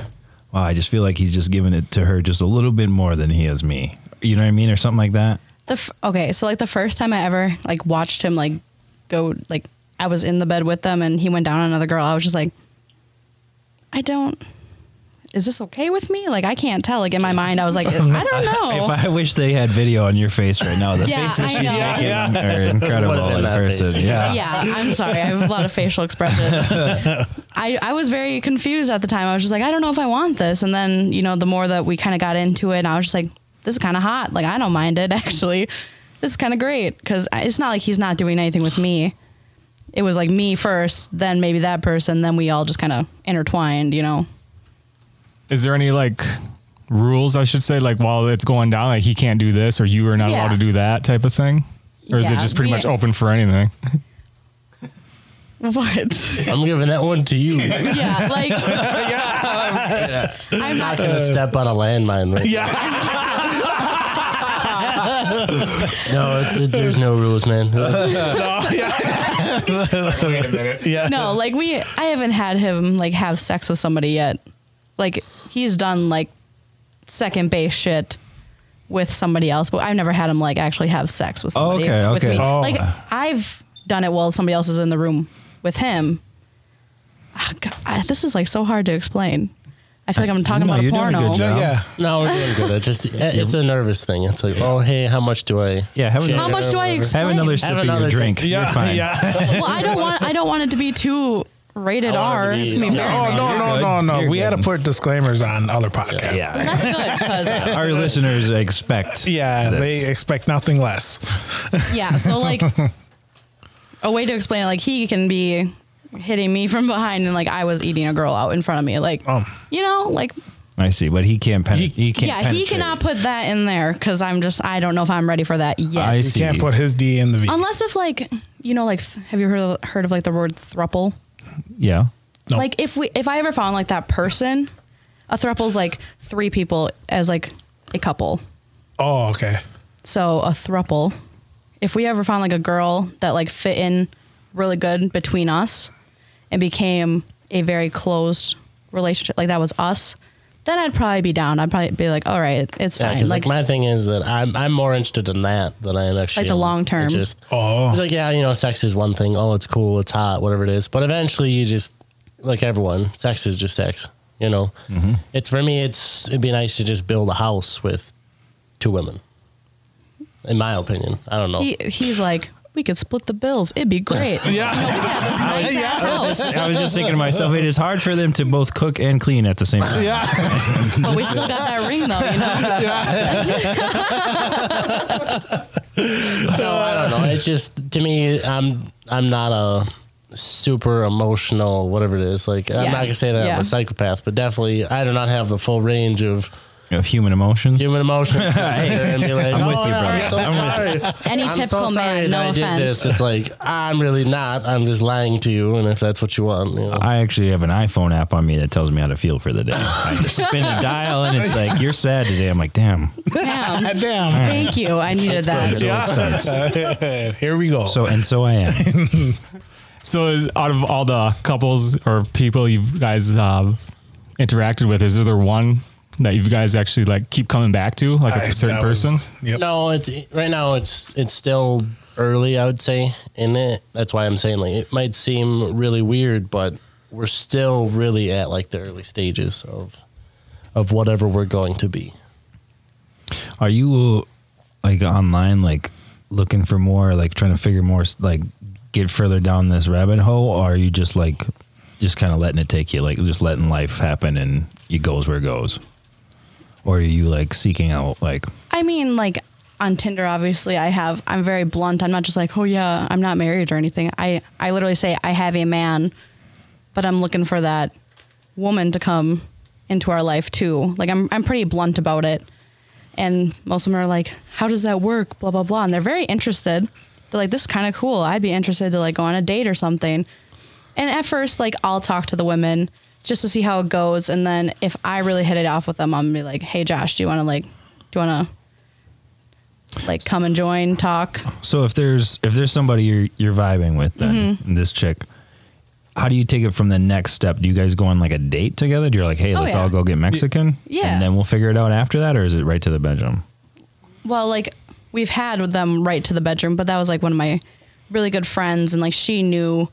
S2: wow, I just feel like he's just giving it to her just a little bit more than he is me? You know what I mean? Or something like that?
S3: The f- okay, so like the first time I ever like watched him like go like I was in the bed with them and he went down on another girl. I was just like, I don't. Is this okay with me? Like I can't tell. Like in my mind, I was like, I don't know.
S2: If I wish they had video on your face right now, the
S3: Yeah,
S2: faces
S3: I
S2: she's
S3: know.
S2: making are incredible
S1: Would've been
S2: in
S1: that face.
S2: person. Yeah.
S3: yeah, I'm sorry. I have a lot of facial expressions. I, I was very confused at the time. I was just like, I don't know if I want this. And then, you know, the more that we kind of got into it, and I was just like, this is kind of hot. Like, I don't mind it, actually. This is kind of great because it's not like he's not doing anything with me. It was like me first, then maybe that person, then we all just kind of intertwined, you know?
S7: Is there any like rules I should say, like while it's going down, like he can't do this or you are not
S3: Yeah.
S7: allowed to do that type of thing? Or is
S3: Yeah,
S7: it just pretty
S3: we-
S7: much open for anything?
S3: What?
S1: I'm giving that one to you.
S3: yeah, like. I'm not
S1: I'm gonna step on a landmine. Right yeah. no, it's, it, there's no rules, man.
S3: no, like we, I haven't had him like have sex with somebody yet. Like he's done like second base shit with somebody else, but I've never had him like actually have sex with somebody.
S2: okay,
S3: with
S2: okay.
S3: me.
S2: Oh.
S3: Like I've done it while somebody else is in the room with him. Ah, God, I- this is like so hard to explain. I feel like I'm talking
S2: No,
S3: about
S2: you're
S3: a
S2: doing a
S3: porno.
S2: good job.
S6: Yeah. yeah.
S1: No, we're doing good. It's just it- it's a nervous thing. It's like, oh hey, how much do I?
S2: Yeah, have
S1: share
S2: another-
S3: How much do
S1: or
S3: I
S1: whatever?
S3: explain?
S2: Have another sip
S1: Have
S2: of
S1: another
S2: your drink.
S1: drink.
S2: You're fine.
S3: well, I don't want. I don't want it to be too rated
S1: I want it to
S3: R.
S1: be-
S3: It's gonna be
S1: Yeah.
S6: Oh,
S3: embarrassing.
S6: no, no,
S2: You're
S6: no,
S2: good.
S6: no.
S2: You're
S6: We had to
S2: good.
S6: put disclaimers on other podcasts.
S2: Yeah.
S3: That's good 'cause
S2: Our listeners expect.
S6: Yeah,
S2: this.
S6: they expect nothing less.
S3: Yeah. So like a way to explain it, like he can be hitting me from behind and like I was eating a girl out in front of me. Like
S6: Um.
S3: you know, like
S2: I see, but he can't. Pen- he, Oh. can't.
S3: yeah, he
S2: penetrate.
S3: cannot put that in there because I'm just I don't know if I'm ready for that yet.
S2: I
S6: You
S2: see.
S6: can't put his D in the V.
S3: Unless if like you know, like th- have you heard of, heard of like the word thruple?
S2: yeah.
S6: No.
S3: Like if we if I ever found like that person, a thruple's like three people as like a couple.
S6: oh, okay.
S3: So a thruple. If we ever found like a girl that like fit in really good between us and became a very closed relationship, like that was us, then I'd probably be down. I'd probably be like, all right, it's
S1: Yeah,
S3: fine.
S1: 'cause,
S3: like,
S1: like, my thing is that I'm I'm more interested in that than I am actually
S3: Like the
S1: in
S3: long term.
S1: Just
S6: Oh.
S1: it's like yeah, you know, sex is one thing. Oh, it's cool, it's hot, whatever it is. But eventually, you just like everyone, sex is just sex. You know,
S2: Mm-hmm.
S1: it's for me. It's it'd be nice to just build a house with two women. In my opinion, I don't know.
S3: he, he's like, we could split the bills. It'd be great. yeah.
S2: I was just thinking to myself, it is hard for them to both cook and clean at the same time.
S3: But we still got that ring though, you know?
S1: no,
S3: uh,
S1: I don't know. It's just to me, I'm I'm not a super emotional, whatever it is. Like I'm
S3: Yeah.
S1: not gonna say that I'm
S3: Yeah.
S1: a psychopath, but definitely I do not have the full range of
S2: You know, human emotions.
S1: human emotion. to sit there and be like,
S2: I'm with
S1: "Oh,
S2: you,
S1: no,
S2: brother.
S1: I'm so sorry.
S3: Any
S1: I'm so
S3: typical
S1: sorry that
S3: man, no
S1: I did
S3: offense.
S1: this." It's like I'm really not. I'm just lying to you, and if that's what you want, you know.
S2: I actually have an iPhone app on me that tells me how to feel for the day. I just spin a dial and it's like, you're sad today. I'm like, damn.
S3: Damn.
S6: Damn.
S3: Thank you. I needed that.
S6: Here we go.
S2: So, and so I am.
S7: So, is, out of all the couples or people you guys uh, interacted with, is there one that you guys actually like keep coming back to, like a
S6: I-
S7: certain
S6: that was-
S7: person?
S6: Yep.
S1: No, it's right now. It's it's still early. I would say in it. That's why I'm saying like it might seem really weird, but we're still really at like the early stages of of whatever we're going to be.
S2: Are you like online, like looking for more, like trying to figure more, like get further down this rabbit hole? Or are you just like, just kind of letting it take you, like just letting life happen and it goes where it goes? Or are you like seeking out, like,
S3: I mean, like on Tinder, obviously, I have. I'm very blunt. I'm not just like, oh yeah, I'm not married or anything. I I literally say I have a man, but I'm looking for that woman to come into our life too. Like I'm I'm pretty blunt about it. And most of them are like, how does that work? Blah blah blah. And they're very interested. They're like, this is kind of cool. I'd be interested to like go on a date or something. And at first, like I'll talk to the women just to see how it goes, and then if I really hit it off with them, I'm gonna be like, "Hey, Josh, do you want to like, do you want to like come and join, talk.
S2: So if there's if there's somebody you're you're vibing with, then
S3: Mm-hmm.
S2: this chick, how do you take it from the next step? Do you guys go on like a date together? Do you like, hey,
S3: Oh,
S2: let's
S3: yeah.
S2: all go get Mexican,
S3: Yeah.
S2: and then we'll figure it out after that, or is it right to the bedroom?
S3: Well, like we've had with them right to the bedroom, but that was like one of my really good friends, and like she knew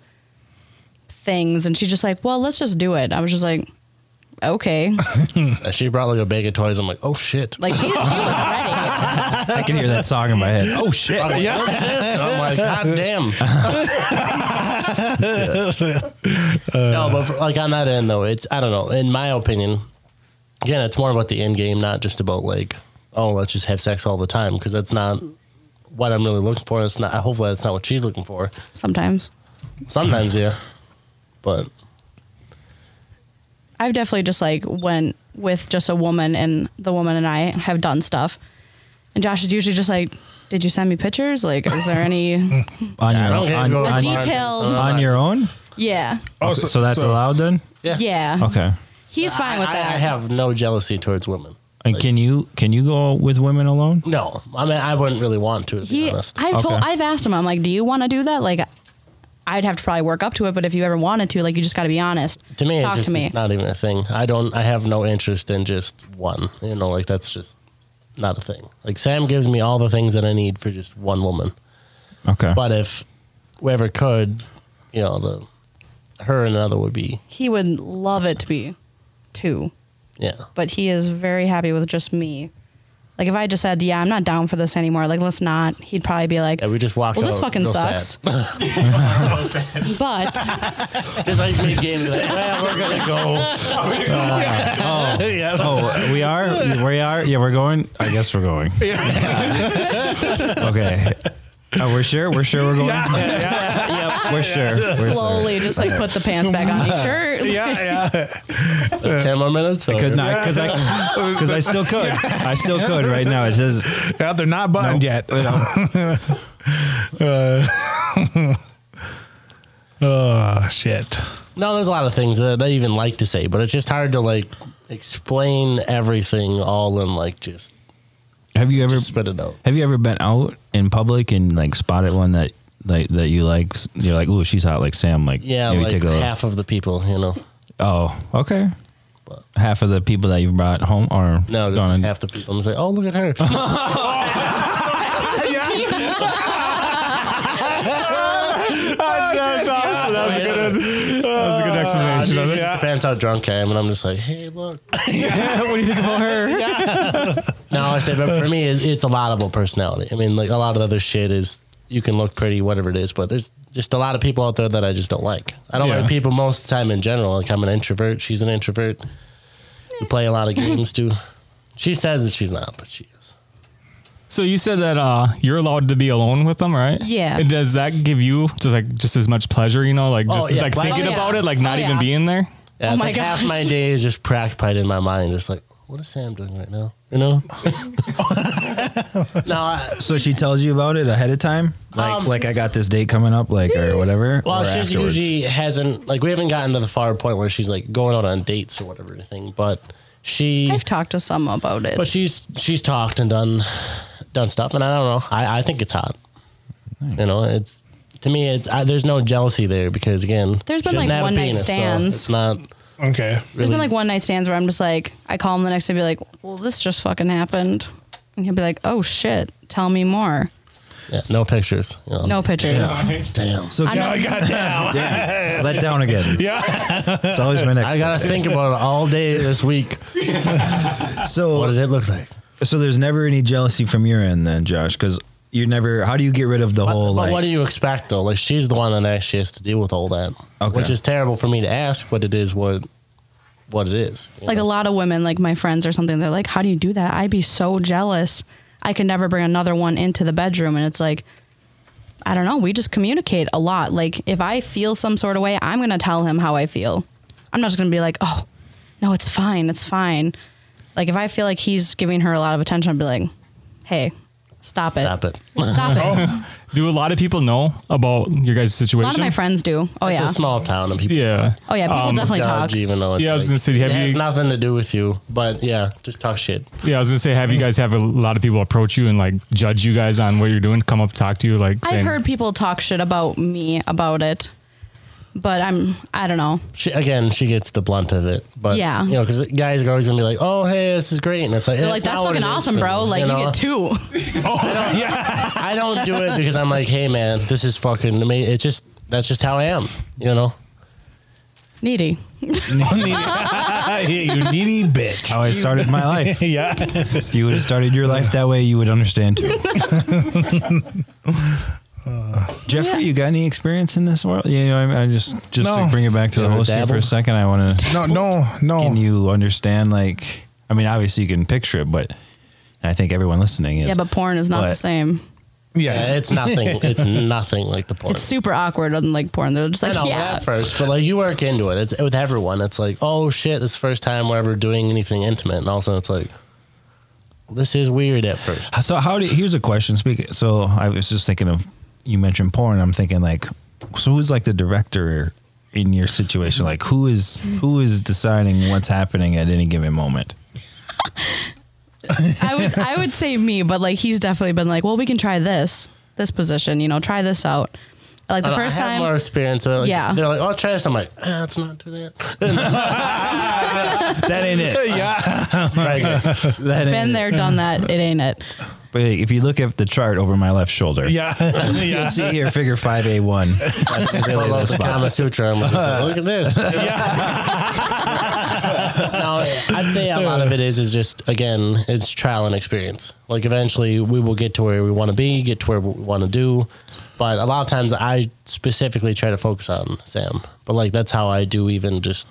S3: things, and she's just like, well, let's just do it. I was just like, okay,
S1: And she brought like a bag of toys. I'm like, oh shit.
S3: like she, she was ready.
S2: I can hear that song in my head. Oh shit!
S1: I'm like, Look at this. And I'm like, god damn. no, but for, like on that end though, it's I don't know. In my opinion, again, it's more about the end game, not just about like, oh, let's just have sex all the time, because that's not what I'm really looking for. It's not. Hopefully, that's not what she's looking for.
S3: Sometimes
S1: Sometimes, yeah, but
S3: I've definitely just like went with just a woman, and the woman and I have done stuff, and Josh is usually just like. Did you send me pictures? Like, is there any?
S2: On your
S1: don't get Uh,
S2: own,
S1: to
S2: on,
S1: go
S3: A
S2: on,
S1: deep-
S3: detailed.
S2: on your own.
S3: yeah.
S2: Okay, Oh, so, that's allowed then.
S1: yeah,
S3: Yeah.
S2: Okay.
S3: He's fine with
S1: I,
S3: that.
S1: I have no jealousy towards women.
S2: And can you can you go with women alone?
S1: No, I mean I wouldn't really want to. To be
S3: He,
S1: honest,
S3: I've told,
S2: Okay.
S3: I've asked him. I'm like, do you want to do that? Like, I'd have to probably work up to it, but if you ever wanted to, like, you just got to be honest.
S1: to me,
S3: talk
S1: it's just
S3: to me.
S1: It's not even a thing. I don't. I have no interest in just one. You know, like that's just not a thing. Like Sam gives me all the things that I need for just one woman.
S2: Okay.
S1: But if whoever could, you know, the her and another would be
S3: he would love it to be two,
S1: yeah.
S3: but he is very happy with just me. Like, if I just said, yeah, I'm not down for this anymore. Like, let's not. He'd probably be like,
S1: Yeah, we just walk.
S3: well, this
S1: out
S3: fucking
S1: real
S3: sucks.
S1: sad.
S3: but
S1: Just like mid game, like, well, we're gonna go.
S2: oh, we are. We are. Yeah, we're going. I guess we're going. Yeah. okay. Uh, we're sure. We're sure we're going. Yeah. We're sure. We're sure.
S3: slowly just like put the pants back on. You sure?
S6: Yeah, yeah.
S1: Ten more minutes. or-
S2: Could not because I because I still could. I still could right now. It says
S6: yeah they're not buttoned yet. oh, shit.
S1: No, there's a lot of things that I even like to say, but it's just hard to like explain everything all in like just,
S2: Have you ever
S1: just spit it out.
S2: Have you ever been out in public and like spotted one that like that you like? s- You're like, oh, she's hot, like Sam. Like,
S1: Yeah,
S2: maybe
S1: like
S2: take a look.
S1: half of the people, you know.
S2: Oh, okay.
S1: But-
S2: Half of the people that you've brought home are
S1: No, just
S2: gone.
S1: half the people. I'm like, oh, look at her.
S7: That's awesome. That was a good. That was a good explanation. of it.
S1: It depends how drunk I am, and I'm just like, hey, look.
S2: what do you think about her?
S1: No, I say, but for me, it's, it's a lot about personality. I mean, like a lot of the other shit is you can look pretty, whatever it is, but there's just a lot of people out there that I just don't like. I don't
S2: Yeah.
S1: like people most of the time in general. Like I'm an introvert. She's an introvert. We play a lot of games too. She says that she's not, but she is.
S7: So you said that uh, you're allowed to be alone with them, right?
S3: Yeah.
S7: And does that give you just like just as much pleasure? You know, like
S1: Oh,
S7: just
S1: yeah.
S7: like
S1: Like-
S7: thinking
S3: Oh, yeah.
S7: about it, like not
S3: Oh,
S7: even
S3: yeah.
S7: being there.
S1: Yeah,
S3: Oh
S1: it's
S3: my
S1: like half
S3: gosh.
S1: my day is just preoccupied in my mind. Just like, what is Sam doing right now? You know? no, I,
S2: So she tells you about it ahead of time, like
S1: Um,
S2: like I got this date coming up, like or whatever.
S1: Well,
S2: or
S1: she's
S2: afterwards?
S1: usually hasn't like we haven't gotten to the far point where she's like going out on dates or whatever or anything, but she
S3: I've talked to some about it.
S1: but she's she's talked and done done stuff, and I don't know. I I think it's hot. You know, it's to me it's I, there's no jealousy there because again,
S3: There's been,
S1: she
S3: like,
S1: doesn't have a
S3: one-night
S1: so
S3: stands.
S1: it's not
S6: Okay.
S1: really
S3: There's been like one night stands where I'm just like, I call him the next day and be like, well, this just fucking happened. And he'll be like, oh shit, tell me more.
S1: yeah, no pictures. You know?
S3: No pictures.
S1: damn.
S2: So
S3: I'm not-
S2: damn, let down again.
S6: Yeah.
S2: It's always my next.
S1: I gotta think about it all day this week.
S2: so
S1: What did it look like?
S2: so there's never any jealousy from your end then, Josh, because you're never. How do you get rid of the
S1: But,
S2: whole
S1: but
S2: like?
S1: what do you expect though? Like she's the one that actually has to deal with all that,
S2: Okay.
S1: which is terrible for me to ask. What it is, what what it is. you
S3: Like a
S1: know?
S3: lot of women, like my friends or something, they're like, how do you do that? I'd be so jealous. I could never bring another one into the bedroom. And it's like, I don't know. We just communicate a lot. Like if I feel some sort of way, I'm going to tell him how I feel. I'm not just going to be like, oh, no, it's fine. It's fine. Like if I feel like he's giving her a lot of attention, I'd be like, hey, Stop it.
S1: Stop it.
S3: Stop it.
S7: Do a lot of people know about your guys'
S3: A
S7: situation?
S3: lot of my friends do. Oh
S1: It's
S3: yeah.
S1: a Um, small town and people
S7: Yeah.
S3: oh yeah. People definitely
S1: judge,
S3: talk.
S1: even though it's
S7: Yeah, I was
S1: like-
S7: gonna say, have
S1: it has
S7: you-
S1: nothing to do with you, but yeah, just talk shit.
S7: Yeah, I was gonna say, have you guys have a lot of people approach you and like judge you guys on what you're doing? Come up, talk to you, like
S3: I've
S7: saying,
S3: heard people talk shit about me about it, but I'm I don't know.
S1: She, again, she gets the blunt of it, but
S3: Yeah.
S1: you know, because guys are always gonna be like, "Oh, hey, this is great," and it's like,
S3: They're
S1: "It's
S3: like that's
S1: not what it
S3: fucking
S1: is for
S3: awesome,
S1: me,"
S3: bro. Like you,
S1: know?
S3: get two.
S1: I don't do it because I'm like, "Hey, man, this is fucking amazing." It's just that's just how I am, you know.
S3: Needy.
S6: yeah, you needy bitch.
S2: How I started my life.
S6: yeah.
S2: If you would have started your life that way, you would understand too. Jeffrey, you got any experience in this world? You know, I, I just just
S6: No.
S2: to bring it back to
S1: You
S2: the
S1: ever
S2: hosting for
S1: dabble?
S2: a second. I want to.
S6: No, no,
S2: Can
S6: no.
S2: you understand? Like, I mean, obviously you can picture it, but I think everyone listening is.
S3: Yeah, but porn is not the
S2: But-
S3: same.
S1: Yeah,
S6: Yeah.
S1: it's nothing. it's nothing like the porn.
S3: It's super awkward on like porn. They're just
S1: I
S3: like
S1: know
S3: yeah.
S1: at first, but like you work into it. It's with everyone. It's like, oh shit, this is the first time we're ever doing anything intimate, and all of a sudden it's like, this is weird at first.
S2: So how do? Here's a question. Speak. So I was just thinking of you mentioned porn. I'm thinking like, so who's like the director in your situation? Like, who is who is deciding what's happening at any given moment?
S3: I would I would say me, but like he's definitely been like, well, we can try this this position. You know, try this out. Like the
S1: I
S3: first
S1: have
S3: time.
S1: more experience. With it. Like,
S3: Yeah.
S1: they're like, oh, try this. I'm like, ah, let's not do that.
S2: That ain't it.
S1: Right.
S2: That ain't
S3: been
S2: it.
S3: there, done that. It ain't it.
S2: But hey, if you look at the chart over my left shoulder,
S6: Yeah.
S2: you'll see here figure five a one. That's really
S1: Pull out
S2: the
S1: the
S2: spot.
S1: Kama Sutra. I'm just like, look at this. no, I'd say a lot of it is is just again, it's trial and experience. Like eventually, we will get to where we want to be, get to where we want to do. But a lot of times, I specifically try to focus on Sam. But like that's how I do even just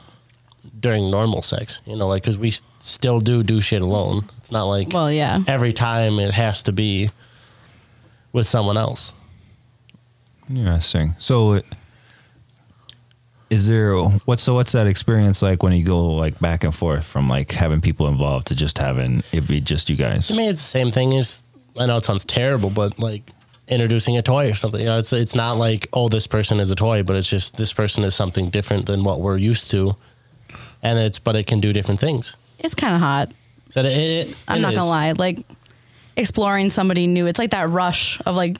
S1: during normal sex. You know, like because we s- still do do shit alone. It's not like
S3: Well, yeah.
S1: every time it has to be with someone else.
S2: Interesting. So, is there what's so what's that experience like when you go like back and forth from like having people involved to just having it be just you guys?
S1: To me, it's the same thing as I know it sounds terrible, but like introducing a toy or something. You know, it's it's not like oh this person is a toy, but it's just this person is something different than what we're used to, and it's but it can do different things.
S3: It's kind of hot.
S1: So it, it-
S3: I'm
S1: it
S3: not
S1: is.
S3: gonna lie. Like exploring somebody new, it's like that rush of like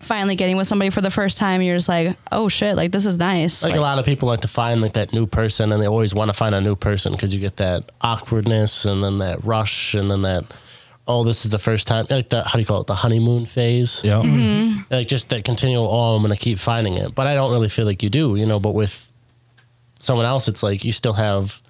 S3: finally getting with somebody for the first time. You're just like, oh shit, like this is nice.
S1: Like, a lot of people like to find like that new person, and they always want to find a new person because you get that awkwardness, and then that rush, and then that oh this is the first time like the how do you call it the honeymoon phase.
S2: Yeah.
S3: Mm-hmm.
S1: like just that continual oh i'm gonna keep finding it but i don't really feel like you do you know but with someone else it's like you still have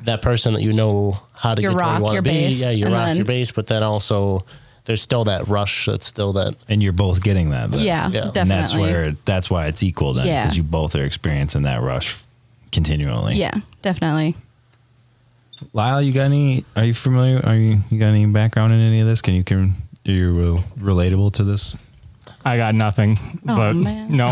S1: that person that you know how to
S3: Your
S1: get to where
S3: rock,
S1: you want
S3: your
S1: to be
S3: base,
S1: yeah your
S3: and
S1: rock
S3: then-
S1: your base but then also there's still that rush that's still that
S2: And you're both getting that. Then.
S3: yeah,
S1: Yeah.
S3: definitely.
S2: And that's where that's why it's equal then
S3: Yeah.
S2: because you both are experiencing that rush continually.
S3: yeah, definitely.
S2: Lyle, you got any? Are you familiar? Are you you got any background in any of this? Can you can you're rel- relatable to this?
S7: "I got nothing," but
S3: Oh, man.
S7: no,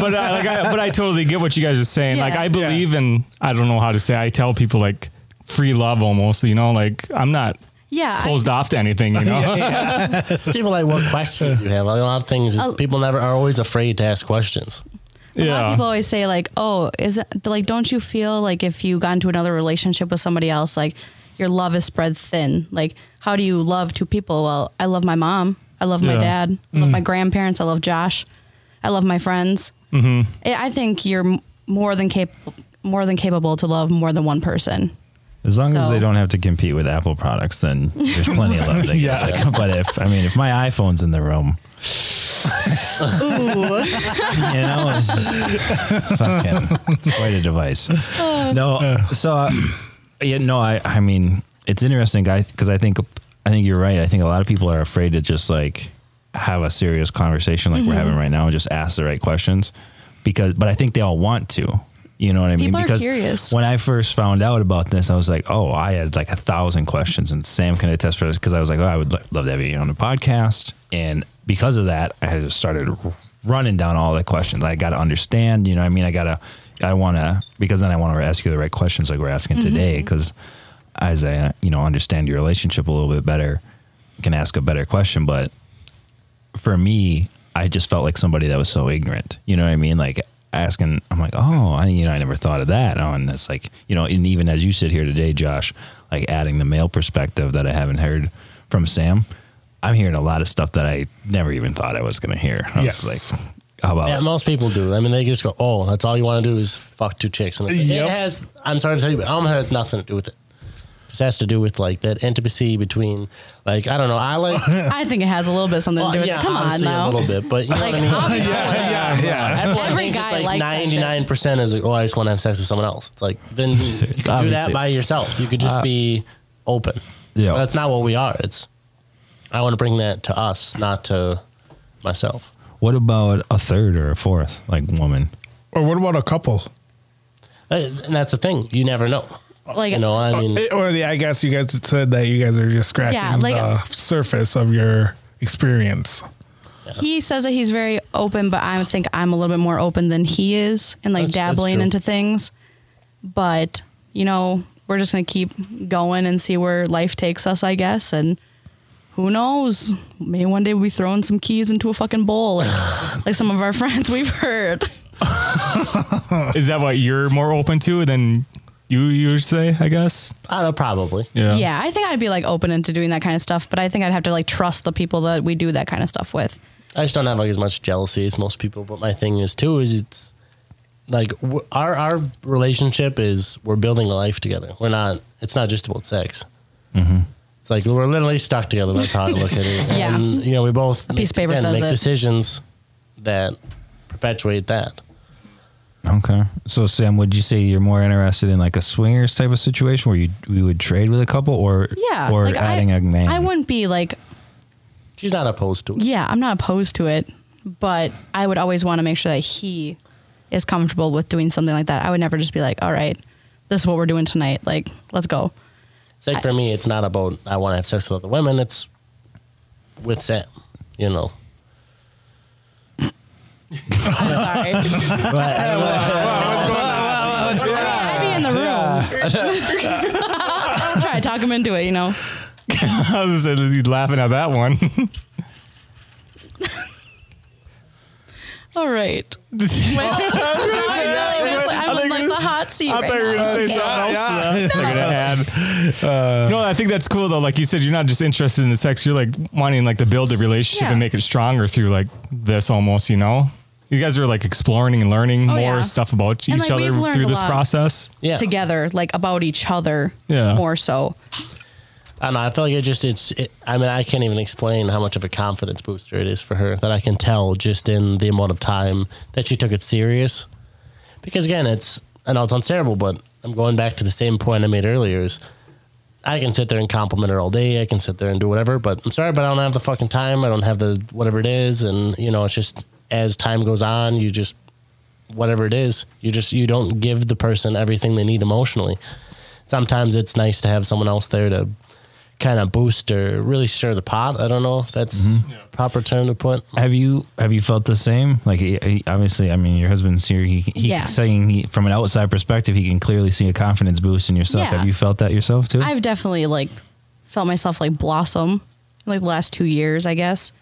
S7: but I, like, I, but I totally get what you guys are saying. Like,
S3: Yeah.
S7: I believe in. I don't know how to say. I tell people like free love almost. You know, like I'm not
S3: Yeah, I-
S7: closed off to anything. You know,
S1: it's even like what questions you have Like, a lot of things is
S3: Oh.
S1: people never are always afraid to ask questions
S3: A lot of
S7: yeah.
S3: people always say like, "Oh, is it, like don't you feel like if you got into another relationship with somebody else, like your love is spread thin? Like, how do you love two people? Well, I love my mom, I love my
S7: Yeah. Mm.
S3: dad, I love my grandparents, I love Josh, I love my friends. Mm-hmm. I I think you're m- more than capable, more than capable to love more than one person.
S2: As long as
S3: So-
S2: they don't have to compete with Apple products, then there's plenty of love. yeah. But if I mean, if my iPhone's in the room, you know, it's just fucking it's quite a device. No, so uh, yeah, no, I, I mean, it's interesting, guy, because I think, I think you're right. I think a lot of people are afraid to just like have a serious conversation like
S3: Mm-hmm.
S2: we're having right now and just ask the right questions because, but I think they all want to. You know what I mean?
S3: People are
S2: because
S3: curious.
S2: when I first found out about this, I was like, oh, I had like a thousand questions, and Sam can attest for this because I was like, oh, I would lo- love to have you on the podcast, and because of that, I had just started running down all the questions. I got to understand, you know, what I mean, I gotta, I want to, because then I want to ask you the right questions like we're asking today, because as I, you know, understand your relationship a little bit better, can ask a better question, but for me, I just felt like somebody that was so ignorant. You know what I mean? Like asking, I'm like, oh, I you know, I never thought of that. Oh, and it's like, you know, and even as you sit here today, Josh, like adding the male perspective that I haven't heard from Sam, I'm hearing a lot of stuff that I never even thought I was gonna hear. I
S6: Yes.
S2: was like, how about
S1: Yeah, most people do. I mean, they just go, "Oh, that's all you want to do is fuck two chicks." And it's like,
S6: Yep.
S1: it has. I'm sorry to tell you, but it almost has nothing to do with it. It just has to do with like that intimacy between, like, I don't know. I like,
S3: I think it has a little bit something
S1: well,
S3: to do with
S1: yeah,
S3: it. Come on
S1: obviously
S3: now.
S1: a little bit, but you know
S3: Like,
S1: what I mean.
S3: obviously,
S6: yeah, yeah.
S1: Everyone
S3: Every
S1: thinks
S3: guy
S1: it's like
S3: likes that shit.
S1: 99% is like, oh, I just want to have sex with someone else. It's like, then you could do that
S2: Obviously.
S1: by yourself. You could just
S2: Uh,
S1: be open.
S2: Yeah.
S1: But that's not what we are. It's, I want to bring that to us, not to myself.
S2: what about a third or a fourth, like woman?
S6: Or what about a couple?
S1: Uh, And that's the thing. You never know.
S3: Like, uh,
S1: You know, I mean,
S6: Eh, Or the, I guess you guys said that you guys are just scratching
S3: Yeah, like- uh,
S6: the surface of your experience.
S3: he says that he's very open, but I think I'm a little bit more open than he is and like
S1: That's- that's
S3: dabbling
S1: true.
S3: into things. But, you know, we're just going to keep going and see where life takes us, I guess. And who knows? Maybe one day we'll be throwing some keys into a fucking bowl like, like some of our friends we've heard.
S7: Is that what you're more open to than you you say? I guess.
S1: I don't know, probably.
S7: Yeah.
S3: Yeah, I think I'd be like open into doing that kind of stuff, but I think I'd have to like trust the people that we do that kind of stuff with.
S1: I just don't have like as much jealousy as most people. But my thing is too is it's like w- our our relationship is we're building a life together. We're not. It's not just about sex. It's like we're literally stuck together. That's how I look at it.
S3: Yeah.
S1: And you know, we both
S3: piece of paper
S1: again,
S3: says
S1: make
S3: it.
S1: decisions that perpetuate that.
S2: Okay. So Sam, would you say you're more interested in like a swingers type of situation where you we would trade with a couple or
S3: Yeah,
S2: or
S3: like,
S2: adding
S3: I,
S2: a man?
S3: I wouldn't be like
S1: She's not opposed to it.
S3: yeah, I'm not opposed to it, but I would always want to make sure that he is comfortable with doing something like that. I would never just be like, all right, this is what we're doing tonight. Like, let's go.
S1: It's like for me, it's not about I want to have sex with other women. It's with Sam. You know.
S3: Sorry. I'd be in the room. Try to talk him into it, you know.
S7: I was just laughing at that one.
S3: All right. Well, now I realize it's like- I'm in like the hot seat.
S7: I
S3: right
S7: thought you were
S3: now.
S7: gonna say
S3: Okay.
S7: something else. to that. Like an ad. no, I think that's cool though. Like you said, you're not just interested in the sex. You're like wanting like to build a relationship
S3: Yeah.
S7: and make it stronger through like this almost. You know, you guys are like exploring and learning
S3: Oh,
S7: more
S3: yeah.
S7: stuff about
S3: And,
S7: each
S3: like,
S7: other
S3: we've learned
S7: through
S3: a
S7: this
S3: lot.
S7: process.
S1: Yeah.
S3: Together, like about each other
S7: Yeah.
S3: more so.
S1: I don't know. I feel like it just it's. It, I mean, I can't even explain how much of a confidence booster it is for her that I can tell just in the amount of time that she took it serious. Because again, it's I know it sounds terrible, but I'm going back to the same point I made earlier. Is I can sit there and compliment her all day. I can sit there and do whatever, but I'm sorry, but I don't have the fucking time. I don't have the whatever it is, and you know, it's just as time goes on, you just whatever it is, you just you don't give the person everything they need emotionally. Sometimes it's nice to have someone else there to kind of boost or really stir the pot. I don't know if that's proper term to put.
S2: have you have you felt the same? Like he, he- obviously, I mean, your husband's here. He, he's
S3: Yeah.
S2: saying he, from an outside perspective, he can clearly see a confidence boost in yourself.
S3: Yeah.
S2: Have you felt that yourself too?
S3: I've definitely like felt myself like blossom like the last two years, I guess.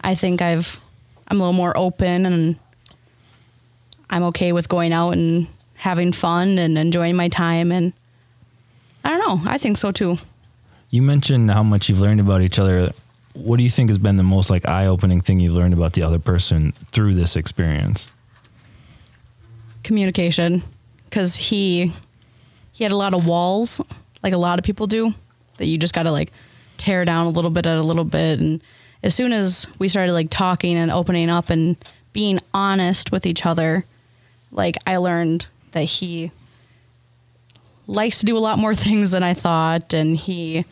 S3: I think I've I'm a little more open and I'm okay with going out and having fun and enjoying my time and I don't know. I think so too.
S2: you mentioned how much you've learned about each other. What do you think has been the most like eye opening thing you've learned about the other person through this experience?
S3: Communication cuz he he had a lot of walls like a lot of people do that you just got to like tear down a little bit at a little bit and as soon as we started like talking and opening up and being honest with each other like I learned that he likes to do a lot more things than I thought and he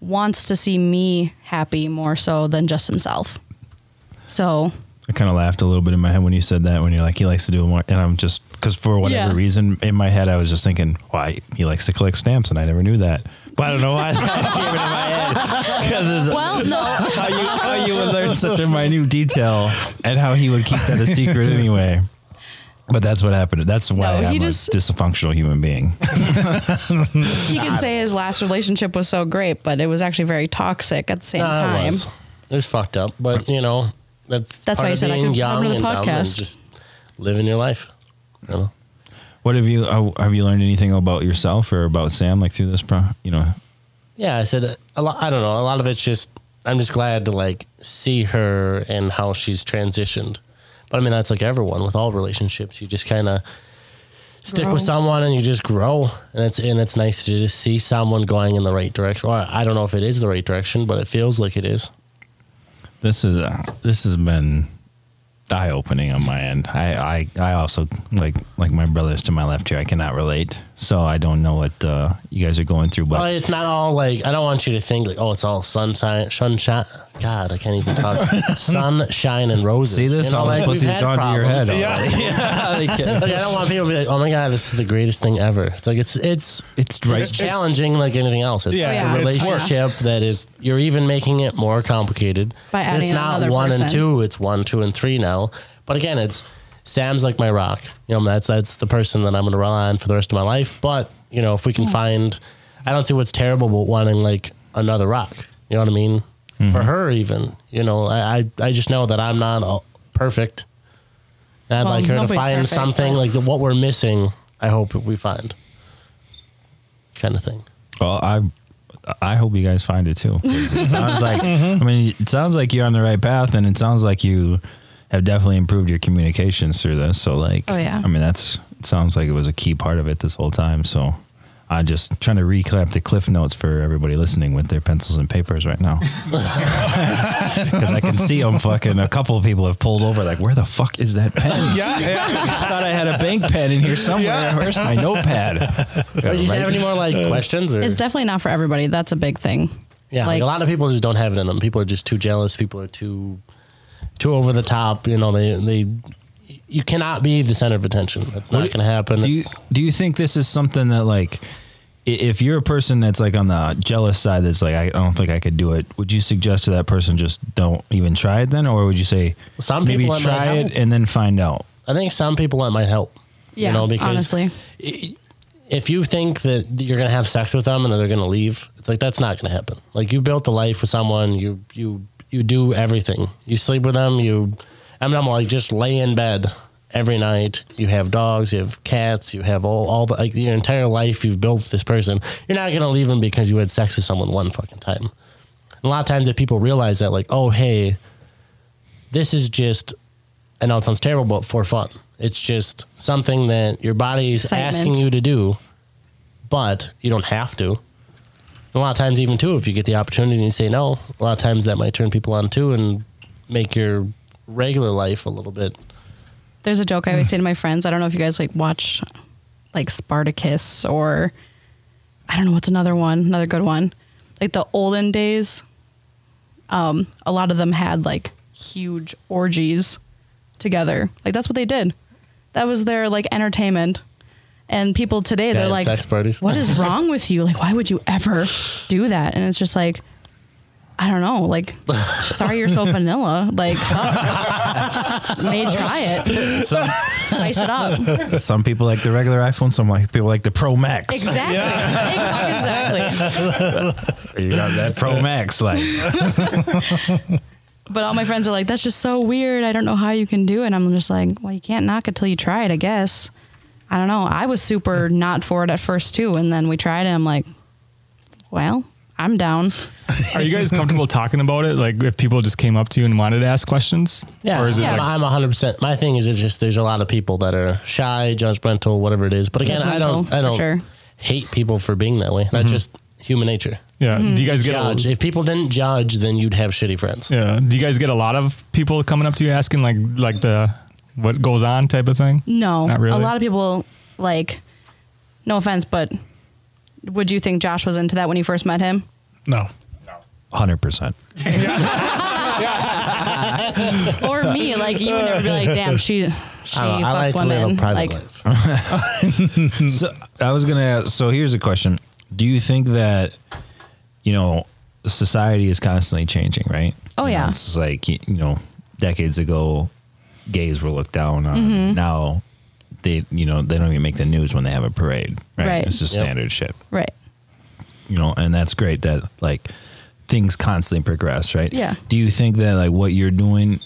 S3: wants to see me happy more so than just himself. So,
S2: I kind of laughed a little bit in my head when you said that. When you're like, he likes to do more, and I'm just because for whatever
S3: Yeah.
S2: reason in my head, I was just thinking, why he likes to collect stamps, and I never knew that. But I don't know why that came into my head because it's
S3: well, no.
S2: how you, how you would learn such a minute detail and how he would keep that a secret anyway. But that's what happened. That's why
S3: No, he
S2: I'm
S3: just-
S2: a dysfunctional human being.
S3: He can say his last relationship was so great, but it was actually very toxic at the same
S1: Nah,
S3: time.
S1: It was. It was fucked up, but you know that's
S3: That's why
S1: part
S3: you
S1: of
S3: said I
S1: being
S3: could
S1: young
S3: come to the
S1: and dumb and
S3: podcast.
S1: just living your life. You know?
S2: What have you uh, have you learned anything about yourself or about Sam like through this pro? You know,
S1: Yeah, I said uh, a lot. I don't know. A lot of it's just I'm just glad to like see her and how she's transitioned. But I mean, that's like everyone with all relationships. You just kind of stick
S3: Grow.
S1: with someone and you just grow, and it's and it's nice to just see someone going in the right direction. Or I don't know if it is the right direction, but it feels like it is.
S2: this is uh, this has been eye opening on my end. I, I I also like like my brothers to my left here. I cannot relate, so I don't know what uh, you guys are going through. But
S1: Well, it's not all like I don't want you to think like oh, it's all sunshine, sunshine. God, I can't even talk. sunshine and roses.
S2: see this,
S1: You know,
S2: all the
S1: like,
S2: pussy's
S1: we've had
S2: gone to your
S1: problems.
S2: head. already.
S1: Like, I don't want people to be like, "Oh my god, this is the greatest thing ever." It's like it's it's
S2: It's right.
S1: it's challenging like anything else. It's
S6: Yeah,
S1: a
S3: Yeah.
S6: it's work.
S1: relationship that is you're even making it more complicated.
S3: By
S1: And it's
S3: adding
S1: not
S3: another
S1: one and
S3: person.
S1: two, it's one, two, and three now. But again, it's Sam's like my rock. You know, that's that's the person that I'm gonna rely on for the rest of my life. But, you know, if we
S3: Hmm.
S1: can find I don't see what's terrible about wanting like another rock. You know what I mean? For her even. You know, I, I I just know that I'm not uh, perfect. And I'd
S3: Well,
S1: like her to
S3: nobody's
S1: find
S3: perfect,
S1: something
S3: but-
S1: like the, what we're missing, I hope we find. Kind of thing.
S2: Well, I I hope you guys find it too. 'cause It sounds like
S6: Mm-hmm.
S2: I mean, it sounds like you're on the right path, and it sounds like you have definitely improved your communications through this. So, like,
S3: Oh, yeah.
S2: I mean, that's it sounds like it was a key part of it this whole time. So. I'm just trying to recap the cliff notes for everybody listening with their pencils and papers right now, because I can see them fucking. A couple of people have pulled over, like, "Where the fuck is that pen?
S6: Yeah, yeah.
S2: I thought I had a bank pen in here somewhere.
S6: Yeah.
S2: Where's my notepad?"
S1: Or do you have any more like questions? Or
S3: It's definitely not for everybody. That's a big thing.
S1: Uh, yeah, like,
S3: like-
S1: a lot of people just don't have it in them. People are just too jealous. People are too too over the top. You know, they they you cannot be the center of attention. That's not
S2: What do-
S1: going to happen.
S2: do you,
S1: It's,
S2: do you think this is something that like i- if you're a person that's like on the jealous side that's like I don't think I could do it would you suggest to that person just don't even try it then or would you say
S1: Some
S2: maybe
S1: people it might
S2: try it
S1: help.
S2: and then find out
S1: I think some people that might help.
S3: Yeah,
S1: you know, because
S3: honestly.
S1: if you think that you're gonna have sex with them and then they're gonna leave, it's like that's not gonna happen. Like you built a life with someone, you you you do everything. You sleep with them. You, I mean, I'm like just lay in bed every night. You have dogs, you have cats, you have all all the like your entire life you've built this person. You're not gonna leave them because you had sex with someone one fucking time. And a lot of times, if people realize that, like, oh hey, this is just I know it sounds terrible, but for fun. It's just something that your body's
S3: Excitement.
S1: asking you to do, but you don't have to. And a lot of times, even too, if you get the opportunity and you say no, a lot of times that might turn people on too and make your regular life a little bit.
S3: There's a joke I always say to my friends. I don't know if you guys like watch like Spartacus or I don't know what's another one, another good one. Like the olden days, um, a lot of them had like huge orgies together. Like that's what they did. That was their like entertainment. And people today, they're
S1: Giant
S3: like,
S1: sex parties.
S3: "What is wrong with you? Like, why would you ever do that?" And it's just like, I don't know. Like, sorry, you're so vanilla. Like, fuck. may try it,
S2: some
S3: spice it up.
S2: some people like the regular iPhone some like people like the Pro Max
S3: Exactly. exactly.
S2: you got that Pro Max like
S3: But all my friends are like, "That's just so weird. I don't know how you can do it." And I'm just like, "Well, you can't knock it till you try it, I guess." I don't know. I was super not for it at first too, and then we tried it. I'm like, "Well, I'm down."
S7: Are you guys comfortable talking about it? Like if people just came up to you and wanted to ask questions? Or is it
S1: yeah,
S7: like,
S1: I'm 100%. My thing is, it's just there's a lot of people that are shy, judgmental, whatever it is. But again, I
S3: Judgmental,
S1: don't,
S3: for
S1: I don't
S3: sure.
S1: hate people for being that way.
S7: Mm-hmm.
S1: That's just human nature.
S7: yeah. Do you guys get
S1: Judge.
S7: a,
S1: If people didn't judge, then you'd have shitty friends.
S7: yeah. Do you guys get a lot of people coming up to you asking like like the what goes on type of thing?
S3: No,
S7: Not really.
S3: a lot of people like. No offense, but would you think Josh was into that when you first met him?
S6: No.
S2: 100%
S3: Or me? Like you would never be like, "Damn, she she
S1: Oh, I, don't
S3: fucks
S1: know, I like to live
S3: women."
S1: a private
S3: like,
S1: life.
S2: So I was gonna. Ask, so here's a question: Do you think that you know society is constantly changing, right?
S3: Oh,
S2: You know,
S3: yeah. Mm-hmm.
S2: it's like you you know, decades ago, gays were looked down on. Now they you know they don't even make the news when they have a parade, right?
S3: Right.
S2: It's just
S1: Yep.
S2: standard shit,
S3: Right.
S2: you know, and that's great that like things constantly progress, right?
S3: Yeah.
S2: Do you think that like what you're doing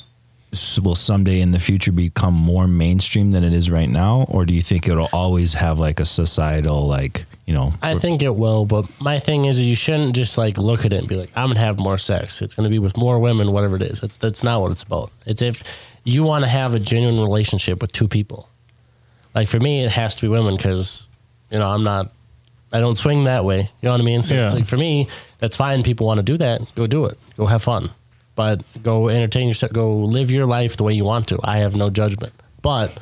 S2: s- will someday in the future become more mainstream than it is right now, or do you think it'll always have like a societal like you know?
S1: I think it will, but my thing is you shouldn't just like look at it and be like, I'm gonna have more sex. It's gonna be with more women, whatever it is. That's that's not what it's about. It's if you want to have a genuine relationship with two people. Like for me, it has to be women because you know I'm not, I don't swing that way. You know what I mean? So it's
S7: Yeah.
S1: like for me, that's fine. People want to do that, go do it, go have fun, but go entertain yourself, go live your life the way you want to. I have no judgment, but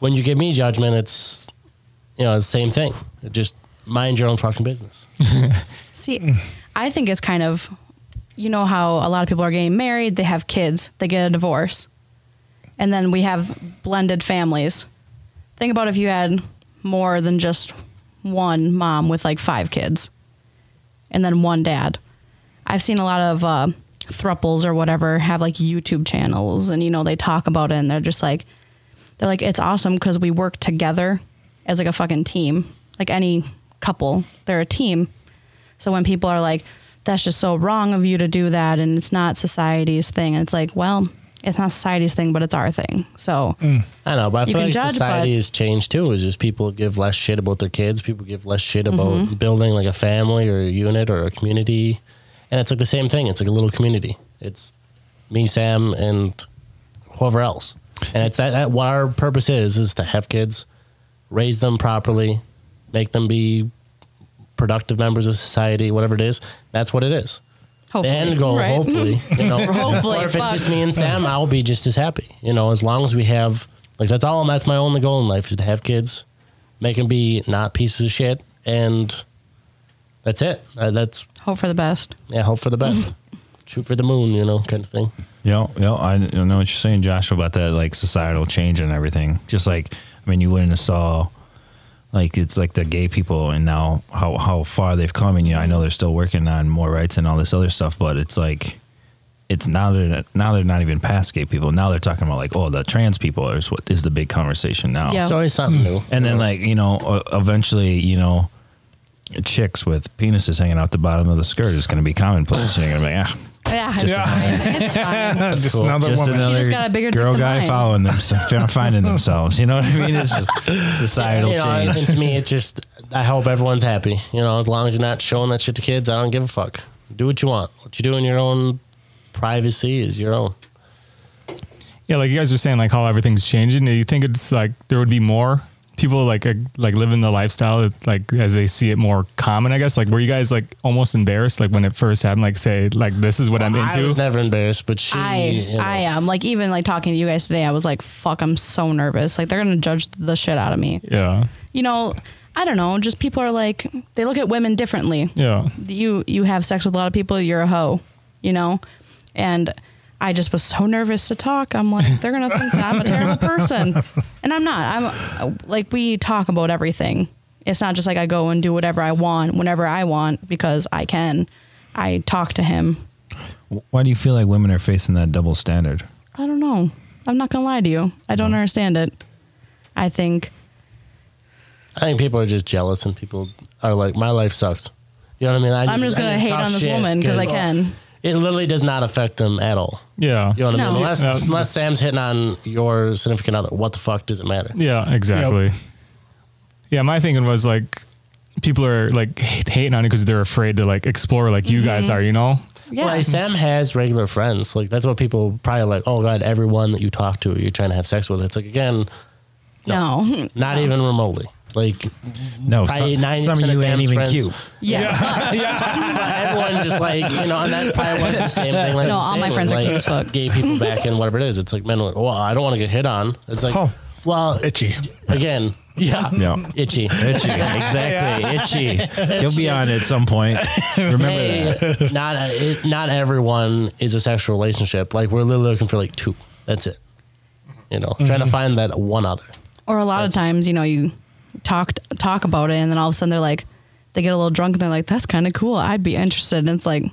S1: when you give me judgment, it's you know, it's the same thing. Just mind your own fucking business.
S3: See, I think it's kind of, you know, how a lot of people are getting married, they have kids, they get a divorce, and then we have blended families. Think about if you had more than just one mom with like five kids and then one dad. I've seen a lot of uh, thruples or whatever have like YouTube channels, and you know, they talk about it and they're just like, they're like, it's awesome because we work together as like a fucking team. Like any couple, they're a team. So when people are like, that's just so wrong of you to do that and it's not society's thing, and it's like, well, it's not society's thing, but it's our thing. So
S1: I know, but I
S3: You
S1: feel
S3: can
S1: like
S3: judge,
S1: society
S3: but-
S1: has changed too. Is just people give less shit about their kids. People give less shit about
S3: Mm-hmm.
S1: building like a family or a unit or a community, and it's like the same thing. It's like a little community. It's me, Sam, and whoever else. And it's that, that what our purpose is is to have kids, raise them properly, make them be productive members of society, whatever it is. That's what it is. The
S3: hopefully.
S1: end goal,
S3: right?
S1: hopefully. You know,
S3: Hopefully,
S1: or if it's
S3: fuck.
S1: just me and Sam, I'll be just as happy. You know, as long as we have like that's all. That's my only goal in life is to have kids, make them be not pieces of shit, and that's it. Uh, that's
S3: Hope for the best.
S1: yeah. Hope for the best. Shoot for the moon, you know, kind of thing.
S2: Yeah, yeah, I I know what you're saying, Joshua, about that like societal change and everything. Just like, I mean, you wouldn't have saw like it's like the gay people and now how how far they've come. And you know, I know they're still working on more rights and all this other stuff, but it's like it's now they're now they're not even past gay people. Now they're talking about like, oh, the trans people is what is the big conversation now.
S3: Yeah.
S1: It's always something new.
S2: And then like you know, uh, eventually you know, chicks with penises hanging out the bottom of the skirt is going to be commonplace. and you're going to be like, ah,
S3: Yeah, it's
S2: Yeah.
S3: fine. It's fine.
S6: just
S1: cool.
S6: another
S2: just
S6: woman.
S2: another
S3: She just got a bigger dick
S2: girl
S3: than
S2: guy
S3: mine.
S2: following themselves, finding themselves. You know what I mean? It's a societal
S1: You know, I-
S2: change.
S1: and to me, it just I hope everyone's happy. You know, as long as you're not showing that shit to kids, I don't give a fuck. Do what you want. What you do in your own privacy is your own.
S7: Yeah, like you guys were saying, like how everything's changing. Do you think it's like there would be more people like uh, like living the lifestyle that, like as they see it more common? I guess like were you guys like almost embarrassed like when it first happened? Like say like this is what I'm
S1: I
S7: into.
S1: was never embarrassed, but she.
S3: I
S1: you know,
S3: I am like even like talking to you guys today. I was like, fuck, I'm so nervous. Like they're gonna judge the shit out of me.
S7: yeah,
S3: You know, I don't know. Just people are like they look at women differently.
S7: yeah,
S3: you you have sex with a lot of people, you're a hoe, you know? And I just was so nervous to talk. I'm like, they're gonna think that I'm a terrible person, and I'm not. I'm like, we talk about everything. It's not just like I go and do whatever I want whenever I want because I can. I talk to him.
S2: Why do you feel like women are facing that double standard?
S3: I don't know. I'm not gonna lie to you. I don't understand it. I think
S1: I think people are just jealous, and people are like, "My life sucks." You know what I mean? I
S3: I'm just
S1: I
S3: gonna
S1: do
S3: hate
S1: tough
S3: on this
S1: shit
S3: woman because I can.
S1: It literally does not affect them at all.
S7: yeah,
S1: You know what I
S3: No.
S1: mean? Unless,
S7: Yeah.
S1: unless Sam's hitting on your significant other, what the fuck does it matter?
S7: yeah. Exactly. Yeah, my thinking was like people are like hate- hating on it because they're afraid to like explore like you
S1: Mm-hmm.
S7: guys are. You know.
S3: Yeah,
S1: Like Sam has regular friends. Like that's what people probably like. Oh god, everyone that you talk to, you're trying to have sex with. It's like again,
S3: no.
S1: not even remotely. Like
S2: No,
S1: probably
S2: some,
S1: ninety
S2: some of
S1: percent
S2: you ain't
S1: Sam's
S2: even
S1: friends,
S2: cute.
S3: Yeah,
S1: everyone's just like, you know, and that probably was the same thing. Like,
S3: No,
S1: the
S3: all
S1: same
S3: my
S1: with,
S3: friends are
S1: like,
S3: cute as fuck.
S1: Gay people back in whatever it is. It's like men are like, well, I don't want to get hit on. It's like,
S6: Oh.
S1: well,
S6: Itchy.
S1: again, yeah,
S2: Yeah.
S1: itchy.
S2: Itchy, exactly. Itchy. You'll be on at some point. Remember that.
S1: Hey, not uh, it, not everyone is a sexual relationship. Like we're literally looking for like two. That's it. You know, trying to
S2: Mm-hmm.
S1: find that one other.
S3: Or a lot of times, you know, you talk talk about it, and then all of a sudden they're like, they get a little drunk, and they're like, "That's kind of cool. I'd be interested." And it's like,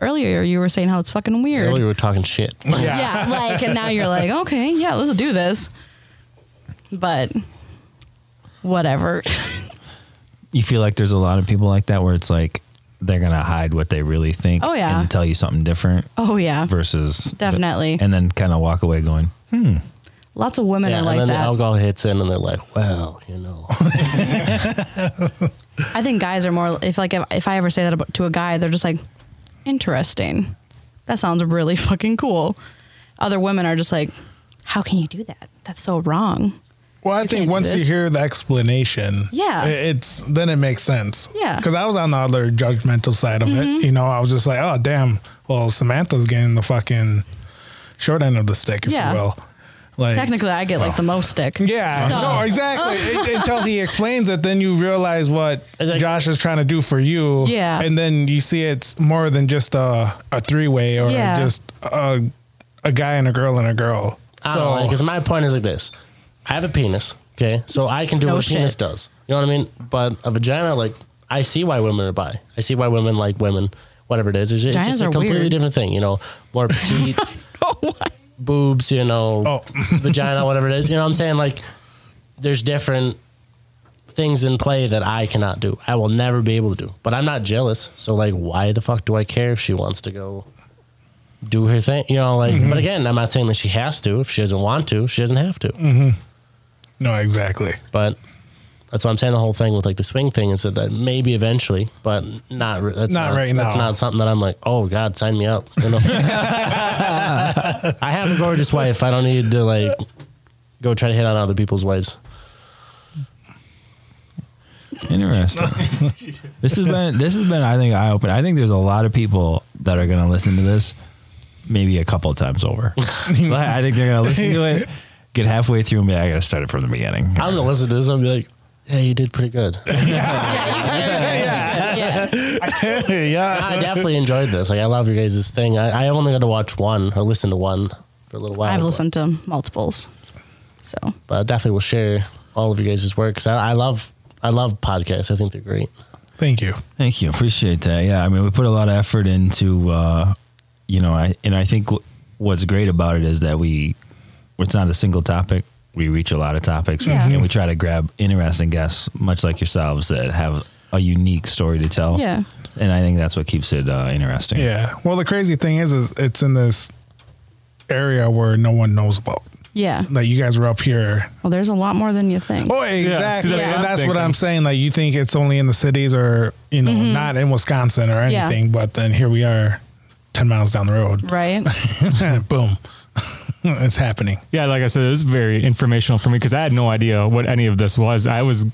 S3: earlier you were saying how it's fucking weird.
S1: Earlier we were talking shit.
S3: yeah. like, and now you're like, okay, yeah, let's do this. but whatever.
S2: You feel like there's a lot of people like that where it's like they're gonna hide what they really think.
S3: Oh, yeah.
S2: and tell you something different
S3: oh yeah,
S2: versus
S3: Definitely.
S2: and then kind of walk away going,
S3: lots of women
S1: Yeah,
S3: are
S1: and
S3: like
S1: then
S3: that.
S1: the alcohol hits in, and they're like, "Well, you know,
S3: I think guys are more if like if, if I ever say that about, to a guy, they're just like, interesting. That sounds really fucking cool. Other women are just like, how can you do that? That's so wrong.
S6: Well,
S3: You
S6: I
S3: can't
S6: think
S3: do
S6: once you
S3: this.
S6: hear the explanation,
S3: Yeah.
S6: i- it's then it makes sense.
S3: Yeah. Mm-hmm.
S6: because I was on the other judgmental side of it. You know, I was just like, oh damn, well Samantha's getting the fucking short end of the stick, if
S3: Yeah.
S6: you will. Like
S3: Technically, I get like the most stick.
S6: Yeah,
S3: So-
S6: no, exactly. It- until he explains it, then you realize what
S1: It's like-
S6: Josh is trying to do for you.
S3: Yeah.
S6: and then you see it's more than just a a three way or
S3: Yeah.
S6: just a a guy and a girl and a girl.
S1: I don't know."
S6: So
S1: Because my point is like this: I have a penis, okay, so I can do
S3: No
S1: what a penis
S3: shit.
S1: does. You know what I mean? But a vagina, like, I see why women are bi. I see why women like women, whatever it is. It's, it's
S3: Vaginas
S1: just a
S3: are
S1: completely
S3: weird.
S1: different thing. You know, more petite boobs. You know,
S6: oh,
S1: vagina, whatever it is. You know what I'm saying? Like, there's different things in play that I cannot do. I will never be able to do. But I'm not jealous. So, like, why the fuck do I care if she wants to go do her thing? You know, like, but again, I'm not saying that she has to. If she doesn't want to, she doesn't have to.
S6: no, exactly.
S1: But that's what I'm saying. The whole thing with like the swing thing is that, that maybe eventually, but not, re- that's
S6: Not right
S1: That's
S6: now.
S1: not something that I'm like, oh God, sign me up. You know? I have a gorgeous wife. I don't need to like go try to hit on other people's wives.
S2: Interesting. this has been this has been I think eye opening. I think there's a lot of people that are going to listen to this, maybe a couple of times over. Like, I think they're going to listen to it, get halfway through, and be like, I got to start it from the beginning.
S1: I'm gonna listen to this. I'll be like, "Yeah, you did pretty good.
S3: yeah.
S6: yeah,
S1: I definitely enjoyed this. Like, I love your guys' thing. I, I only got to watch one or listen to one for a little while.
S3: I've listened to multiples. So
S1: but I definitely will share all of your guys' work because I, I love, I love podcasts. I think they're great.
S6: thank you.
S2: Thank you, appreciate that. Yeah, I mean, we put a lot of effort into, uh, you know, I and I think w- what's great about it is that we, it's not a single topic. We reach a lot of topics,
S3: Yeah.
S2: and we try to grab interesting guests, much like yourselves, that have a unique story to tell.
S3: Yeah.
S2: and I think that's what keeps it uh, interesting.
S6: Yeah. Well, the crazy thing is, is it's in this area where no one knows about.
S3: yeah.
S6: Like you guys were up here.
S3: Well, there's a lot more than you think.
S6: Oh, exactly. that's
S7: that's what I'm
S6: and that's what
S7: thinking.
S6: I'm saying. Like you think it's only in the cities or you know not in Wisconsin or
S3: Mm-hmm. Yeah.
S6: anything, but then here we are, ten miles down the road.
S3: Right?
S6: Boom, it's happening.
S7: Yeah, like I said, it was very informational for me because I had no idea what any of this was. I was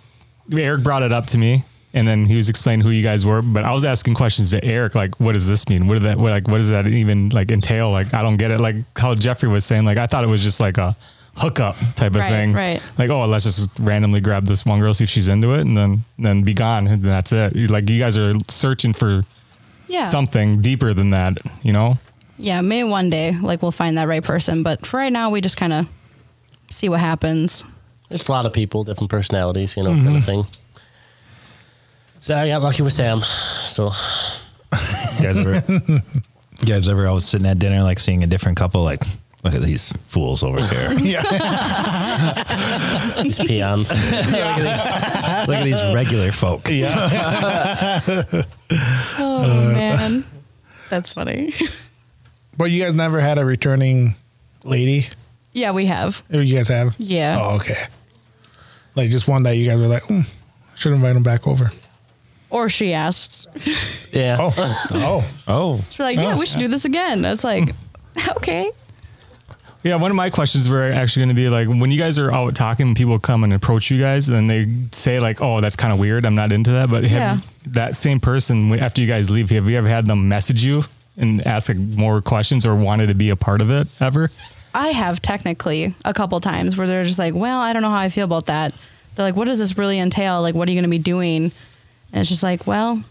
S7: Eric brought it up to me, and then he was explaining who you guys were. But I was asking questions to Eric, like, "What does this mean? What did that? What, like, what does that even like entail? Like, I don't get it. Like how Jeffrey was saying, like I thought it was just like a hookup type of
S3: Right,
S7: thing.
S3: right.
S7: Like, oh, let's just randomly grab this one girl, see if she's into it, and then then be gone, and that's it. You're Like you guys are searching for
S3: Yeah.
S7: something deeper than that, you know?
S3: Yeah, maybe one day, like we'll find that right person. But for right now, we just kind of see what happens.
S1: There's a lot of people, different personalities, you know, kind
S3: Mm-hmm.
S1: of thing. So I got lucky with Sam. So
S2: You guys ever, you guys ever always sitting at dinner, like seeing a different couple, like, look at these fools over here. look
S1: these peons.
S2: at these, look at these regular folk.
S3: Oh, man. That's funny.
S6: But you guys never had a returning lady.
S3: yeah, we have.
S6: Or You guys have.
S3: Yeah.
S6: Oh, okay. Like just one that you guys were like, mm, should invite him back over.
S3: Or she asked.
S1: yeah.
S6: Oh, oh,
S2: Oh,
S3: She's like, yeah, we should do this again. It's like, okay.
S7: Yeah, one of my questions were actually going to be like, when you guys are out talking, people come and approach you guys, and they say like, "Oh, that's kind of weird. I'm not into that." But have
S3: Yeah.
S7: that same person w- after you guys leave, have you ever had them message you and ask like, more questions or wanted to be a part of it ever?
S3: I have technically a couple times where they're just like, well, I don't know how I feel about that. They're like, what does this really entail? Like, what are you going to be doing? And it's just like, well,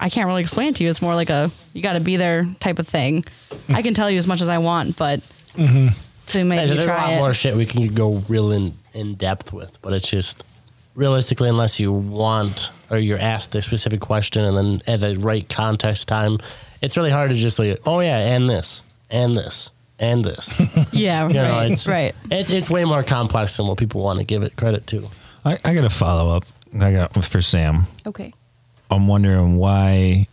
S3: I can't really explain it to you. It's more like a you got to be there type of thing. I can tell you as much as I want, but to make
S1: Mm-hmm. Hey,
S3: you
S1: there's a lot
S3: try
S1: more
S3: it.
S1: shit we can go real in, in depth with, but it's just realistically, unless you want or you're asked the specific question and then at the right context time, it's really hard to just like, oh yeah, and this, and this, and this. You
S3: Yeah,
S1: know,
S3: right,
S1: it's,
S3: right.
S1: It's it's way more complex than what people want to give it credit to.
S2: I, I got a follow up. I got for Sam.
S3: Okay.
S2: I'm wondering why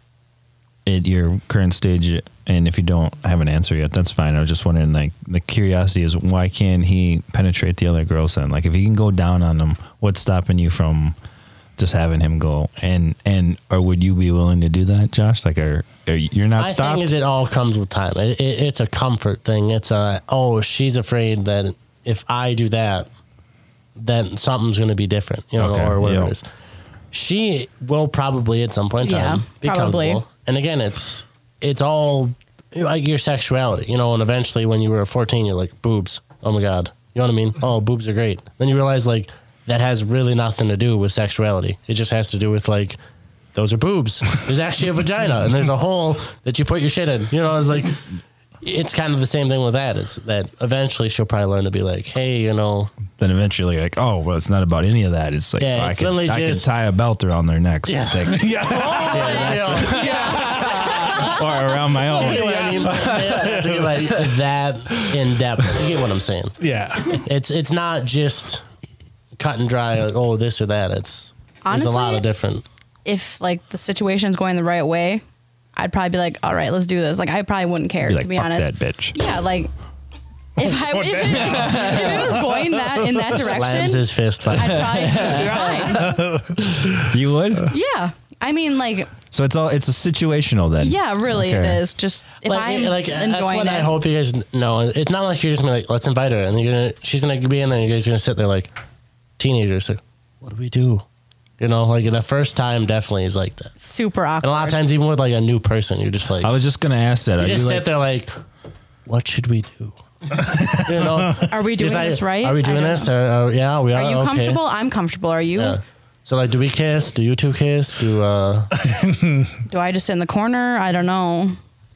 S2: at your current stage and if you don't have an answer yet, that's fine. I was just wondering like the curiosity is why can't he penetrate the other girls then? Like if he can go down on them, what's stopping you from just having him go and and or would you be willing to do that, Josh? Like are, are you- you're not
S1: My
S2: stopped?
S1: thing is, it all comes with time. It, it, it's a comfort thing. It's a oh, she's afraid that if I do that, then something's going to be different, you know,
S2: Okay,
S1: or whatever
S2: yeah.
S1: it is. She will probably at some point in time
S3: Yeah,
S1: be
S3: probably.
S1: comfortable. And again, it's it's all like your sexuality, you know. And eventually, when you were 14, you're like boobs. Oh my god, you know what I mean? Oh, boobs are great. Then you realize like that has really nothing to do with sexuality. It just has to do with like those are boobs. There's actually a vagina and there's a hole that you put your shit in. You know, it's like it's kind of the same thing with that. It's that eventually she'll probably learn to be like, hey, you know,
S2: then eventually you're like, oh well it's not about any of that. It's like
S1: Yeah,
S2: well,
S1: it's
S2: I,
S1: literally
S2: can, I can
S1: just-
S2: tie a belt around their necks.
S1: Yeah.
S2: Like,
S1: you know,
S2: or around my own.
S1: you know what I mean? They don't have to be like that in depth. You get what I'm saying?
S6: Yeah.
S1: It's it's not just cut and dry. Like, oh, this or that. It's there's a lot
S3: Honestly,
S1: of different.
S3: If like the situation's going the right way, I'd probably be like, all right, let's do this. Like I probably wouldn't care
S2: Be like,
S3: to be
S2: fuck
S3: honest.
S2: that bitch.
S3: Yeah, like if I if it, if it was going that in that
S1: Slams
S3: direction,
S1: his fist.
S3: I'd
S1: Fine.
S3: probably be fine.
S2: You would?
S3: Yeah. I mean, like,
S2: So it's all it's a situational then.
S3: yeah, really,
S2: Okay.
S3: it is. Just if
S1: like,
S3: I'm
S1: like, that's
S3: enjoying
S1: what
S3: it,
S1: I hope you guys know. It's not like you're just gonna be like, let's invite her, and you're gonna, she's gonna be in there, and you guys are gonna sit there like teenagers, like, what do we do? You know, like the first time definitely is like that,
S3: super
S1: and a
S3: awkward.
S1: lot of times even with like a new person, you're just like,
S2: I was just gonna ask that.
S1: you
S2: Are you
S1: just sit
S2: like,
S1: there like, what should we do? you know,
S3: Are we doing
S1: Is that-
S3: this right?
S1: Are we
S3: I
S1: doing
S3: don't
S1: this?
S3: know.
S1: Or, or- yeah, we are.
S3: Are you
S1: okay.
S3: comfortable? I'm comfortable. Are you?
S1: Yeah. So like, do we kiss? Do you two kiss? Do uh?
S3: Do I just sit in the corner? I don't know.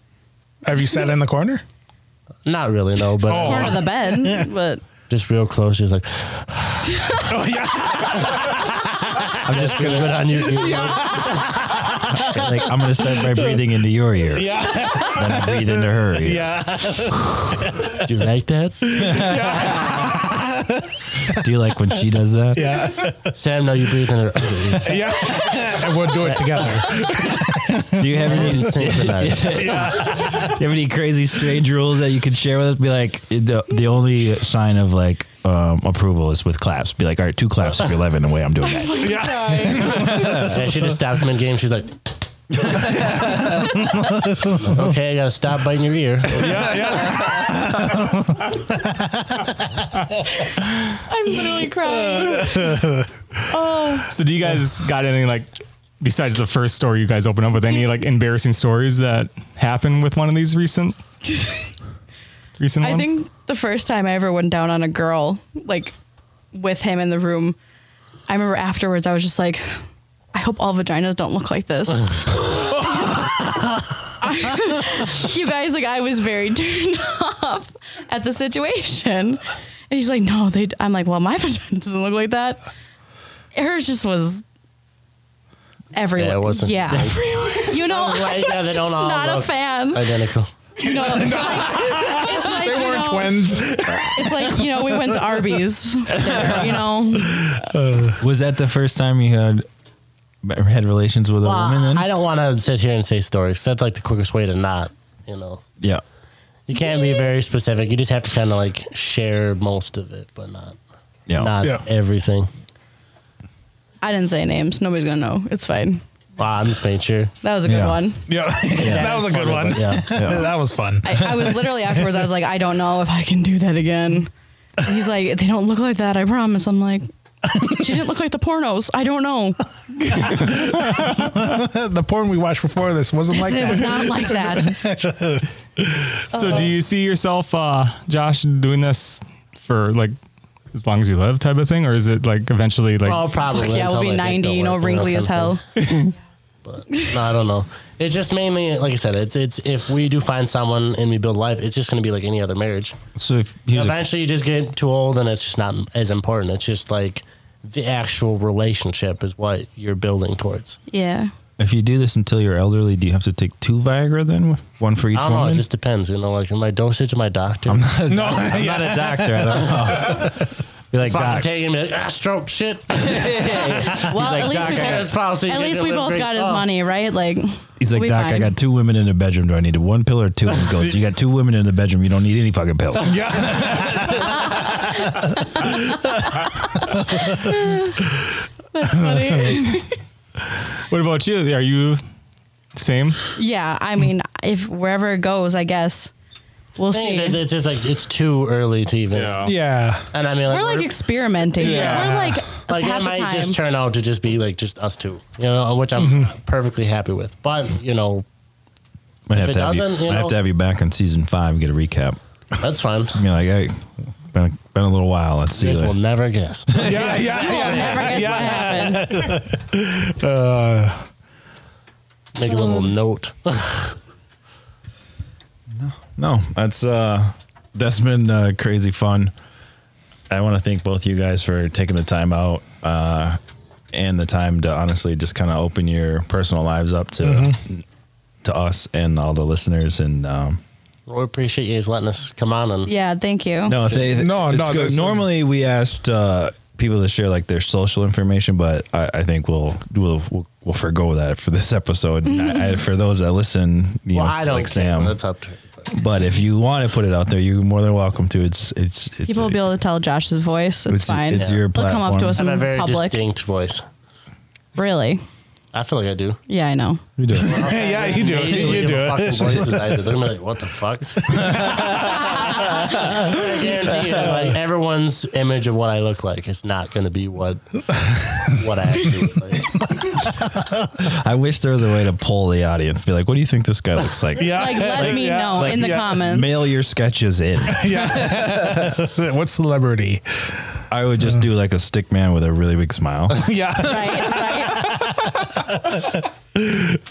S6: Have you sat in the corner?
S1: Not really, no. But uh,
S3: Corner of the bed, but
S1: just real close, she's like,
S6: Oh yeah.
S2: I'm just
S1: "Good
S2: gonna
S1: on you." you
S2: like I'm gonna start by breathing into your ear.
S6: Yeah.
S2: Then breathe into her ear.
S6: Yeah.
S1: Do you like that?
S2: Do you like when she does that?
S6: Yeah.
S1: Sam, no, you breathe in her.
S6: Yeah. And we'll do it together.
S2: Do you have any do you have any crazy strange rules that you could share with us? Be like the, the only sign of like um, approval is with claps. Be like, all right, two claps if you're eleven the way I'm doing that.
S6: Yeah.
S1: And she just stops mid game. She's like, okay, I gotta stop biting your ear.
S6: Yeah. Yeah.
S3: I'm literally crying.
S7: So do you guys got any like besides the first story you guys open up with any like embarrassing stories that happened with one of these recent recent
S3: I
S7: ones?
S3: think the first time I ever went down on a girl, like with him in the room, I remember afterwards I was just like, I hope all vaginas don't look like this. you guys, like I was very turned off at the situation. And he's like, no, they, I'm like, well, my vagina doesn't look like that. Hers just was everywhere.
S1: Yeah, it wasn't
S3: Yeah. You know, I'm
S1: Like, yeah, they don't
S3: just
S1: all
S3: not a
S1: look
S3: fan.
S1: Identical.
S3: You know, like, it's like,
S6: They
S3: you
S6: weren't
S3: know,
S6: twins.
S3: it's like you know we went to Arby's, you know.
S2: Was that the first time you had had relations with a woman? Then
S1: I don't want to sit here and say stories. 'cause That's like the quickest way to not, you know.
S2: yeah.
S1: You can't be very specific. You just have to kind of like share most of it, but not
S2: Yeah.
S1: not
S6: Yeah.
S1: everything.
S3: I didn't say names. Nobody's gonna know. It's fine.
S1: Wow, I'm just making sure.
S3: That was a good
S2: Yeah.
S3: one.
S6: Yeah. That was a good one.
S1: But yeah.
S6: That was fun.
S3: I, I was literally afterwards. I was like, I don't know if I can do that again. And he's like, they don't look like that. I promise. I'm like, she didn't look like the pornos. I don't know.
S6: The porn we watched before this wasn't like
S3: it was not
S6: that.
S3: like that.
S7: so do you see yourself uh Josh doing this for like as long as you live type of thing or is it like eventually like
S1: Oh, probably.
S3: yeah, we'll
S1: until,
S3: be
S1: like, it
S3: 90.
S1: don't
S3: You know,
S1: work,
S3: wrinkly
S1: kind
S3: as
S1: of thing.
S3: hell.
S1: but no, I don't know. It's just mainly, like I said, it's it's if we do find someone and we build life, it's just going to be like any other marriage.
S2: So if here's a,
S1: Eventually, you just get too old, and it's just not as important. It's just like the actual relationship is what you're building towards.
S3: Yeah.
S2: if you do this until you're elderly, do you have to take two Viagra then, one for each
S1: I don't know.
S2: woman?
S1: It just depends. You know, like my dosage of my doctor.
S2: I'm not,
S6: No,
S2: I'm
S6: yeah.
S2: not a doctor. I don't know. Be like,
S1: Fuck, I'm
S2: doc.
S1: taking me, ah, stroke shit.
S3: Well, at least we,
S1: "Doc, I got
S3: got,
S1: this policy,
S3: at
S1: you
S3: least
S1: can
S3: we
S1: live
S3: both
S1: great."
S3: got his
S1: Oh.
S3: money, right? Like
S2: He's like,
S3: we'll be
S2: doc, I
S3: fine."
S2: got two women in the bedroom. Do I need one pill or two? And he goes, you got two women in the bedroom. You don't need any fucking pill.
S6: Yeah.
S7: What about you? Are you same?
S3: yeah, I mean, if wherever it goes, I guess we'll see.
S1: It's, it's just like it's too early to even.
S6: yeah.
S1: And I mean, like,
S3: we're like experimenting.
S6: Yeah.
S3: We're like,
S1: like
S3: half
S1: it
S3: the
S1: might
S3: time.
S1: just turn out to just be like just us two, you know, which I'm perfectly happy with. But you know,
S2: Might have,
S1: it
S2: to have, you,
S1: doesn't, you
S2: might have
S1: know-
S2: to have you back on season five and get a recap.
S1: that's fine.
S2: I mean, like, hey, been, been a little while. Let's see.
S1: You guys
S2: you
S1: will
S2: later.
S1: never guess.
S6: Yeah. Yeah.
S3: I'll
S6: Yeah.
S3: never guess what happened.
S6: Uh,
S1: Make a little note.
S2: No, that's uh, that's been uh, crazy fun. I want to thank both you guys for taking the time out uh, and the time to honestly just kind of open your personal lives up to
S6: Mm-hmm.
S2: to us and all the listeners. And um,
S1: we appreciate you guys letting us come on and
S3: Yeah, thank you.
S2: no, they,
S6: No,
S2: it's
S6: no,
S2: good.
S6: this is-
S2: Normally, we asked uh, people to share like their social information, but I, I think we'll we'll we'll, we'll forego that for this episode. I, I, for those that listen, you
S1: well,
S2: know,
S1: I don't
S2: like
S1: care.
S2: Sam.
S1: That's up to. her. But
S2: But if you want to put it out there, you're more than welcome to. It's it's, it's
S3: People will be able to tell Josh's voice. It's,
S2: It's-
S3: fine.
S2: it's your
S3: They'll come up to
S2: platform.
S3: us
S1: I
S3: in
S1: have a very
S3: public.
S1: distinct voice.
S3: Really?
S1: I feel like I do.
S3: Yeah, I know.
S2: You do it.
S7: yeah, you do.
S1: Easily
S7: You do.
S1: different fucking voices I do. They're gonna be like, "What the fuck?" I guarantee you, like everyone's image of what I look like is not gonna be what what I actually look like.
S2: I wish there was a way to poll the audience. Be like, what do you think this guy looks like?
S7: Yeah.
S3: Like, let me
S7: yeah,
S3: know
S2: like,
S3: in the
S7: yeah,
S3: comments.
S2: Mail your sketches in.
S6: yeah. what celebrity?
S2: I would just do like a stick man with a really big smile.
S6: Yeah.
S3: Right, right.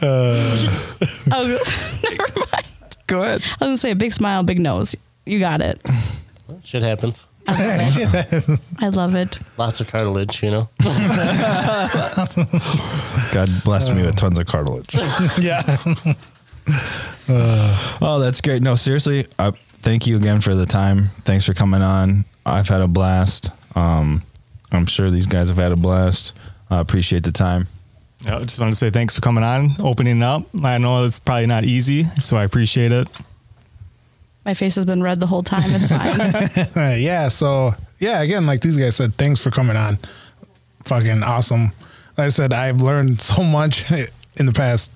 S3: oh, never mind.
S2: Go ahead.
S3: I was gonna say a big smile, big nose. You got it.
S1: Shit happens.
S3: I love it.
S1: Lots of cartilage, you know.
S2: God bless me with tons of cartilage.
S6: Uh. Yeah.
S2: Oh, that's great. No, seriously, uh, thank you again for the time. Thanks for coming on. I've had a blast. Um, I'm sure these guys have had a blast. I appreciate the time.
S7: Yeah, I just wanted to say thanks for coming on, opening up. I know it's probably not easy, so I appreciate it.
S3: My face has been red the whole time. It's fine.
S6: Uh, yeah. So yeah, again, like these guys said, thanks for coming on. Fucking awesome. Like I said, I've learned so much in the past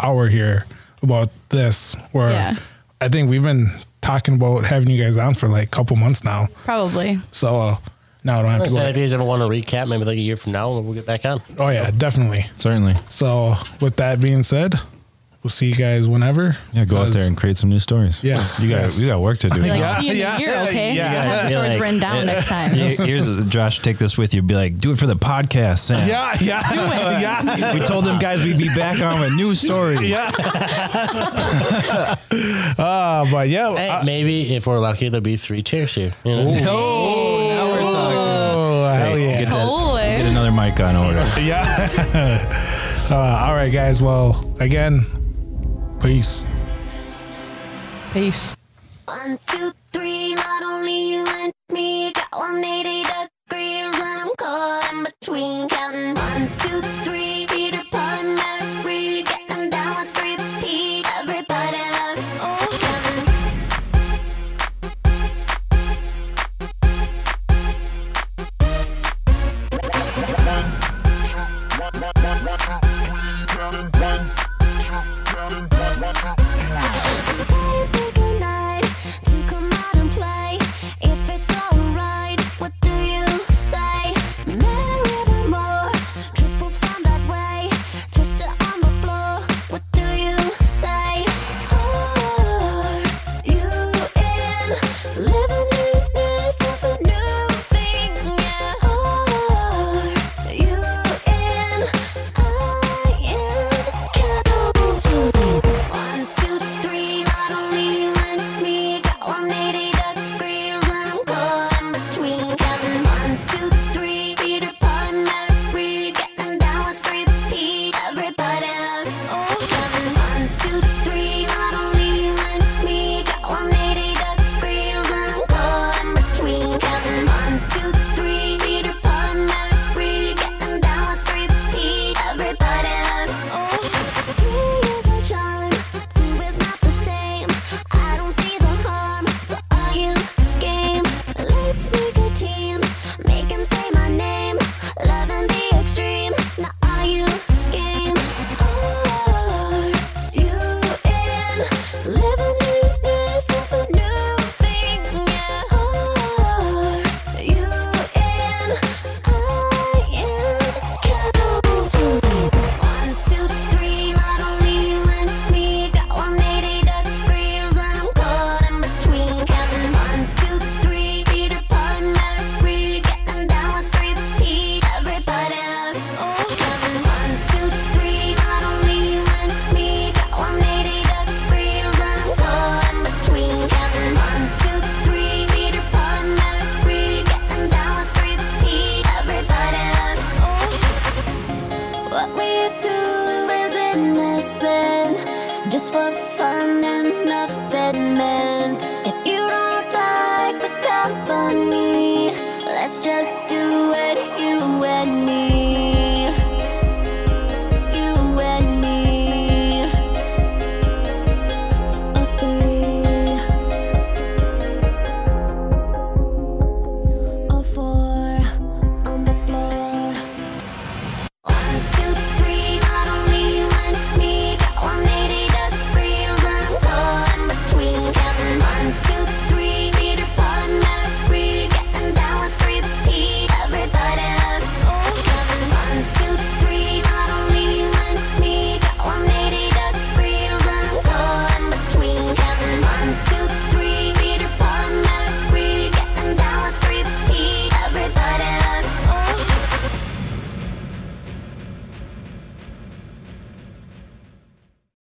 S6: hour here about this. Where
S3: Yeah.
S6: I think we've been talking about having you guys on for like a couple months now.
S3: Probably.
S6: So uh, now I don't have
S1: Like I
S6: to go.
S1: said, if you guys ever want to recap, maybe like a year from now, we'll get back on.
S6: oh yeah, definitely.
S2: Certainly.
S6: So with that being said, we'll see you guys whenever.
S2: Yeah, go out there and create some new stories.
S6: Yes,
S2: You got
S6: yes.
S2: you got work to do.
S3: Be like,
S6: Yeah,
S3: see you in
S6: yeah,
S3: a year, okay?
S6: yeah.
S3: I'll have the
S2: Be
S3: stories
S2: like-
S3: written down next time.
S2: Here- Here's Josh. Take this with you. Be like, do it for the podcast, Sam.
S6: Yeah, yeah, yeah,
S2: We told them guys we'd be back on with new stories.
S6: yeah. uh, but yeah,
S1: Hey,
S6: uh,
S1: maybe if we're lucky, there'll be three chairs here. You know?
S2: Oh, now we're talking.
S6: oh hell yeah.
S2: Get, that-
S3: Holy.
S2: get another mic on order.
S6: Yeah. uh, all right, guys. Well, again, peace.
S3: Peace.
S9: One, two, three, not only you and me got 180 degrees, and I'm caught in between counting one, two, three, Peter Pan, Mary, getting down with three P. Everybody loves oh, counting. Baby, good night. To come out and play, if it's alright, what do you say? Merry the mo, Oh, Lebanese is the new thing, yeah. R U N I N. Count to me. One, two, three. Not only you and me got 180 degrees, and I'm caught in between. Counting one, two, three. Peter Pan, Mary, getting down with three P. Everybody loves. Oh, counting one, two, three. Not only you and me got 180 degrees, and I'm caught in between. Counting one, two, three. Peter Pan, Mary, getting down with three P. Everybody loves. Oh. What we do is innocent, just for fun and nothing more.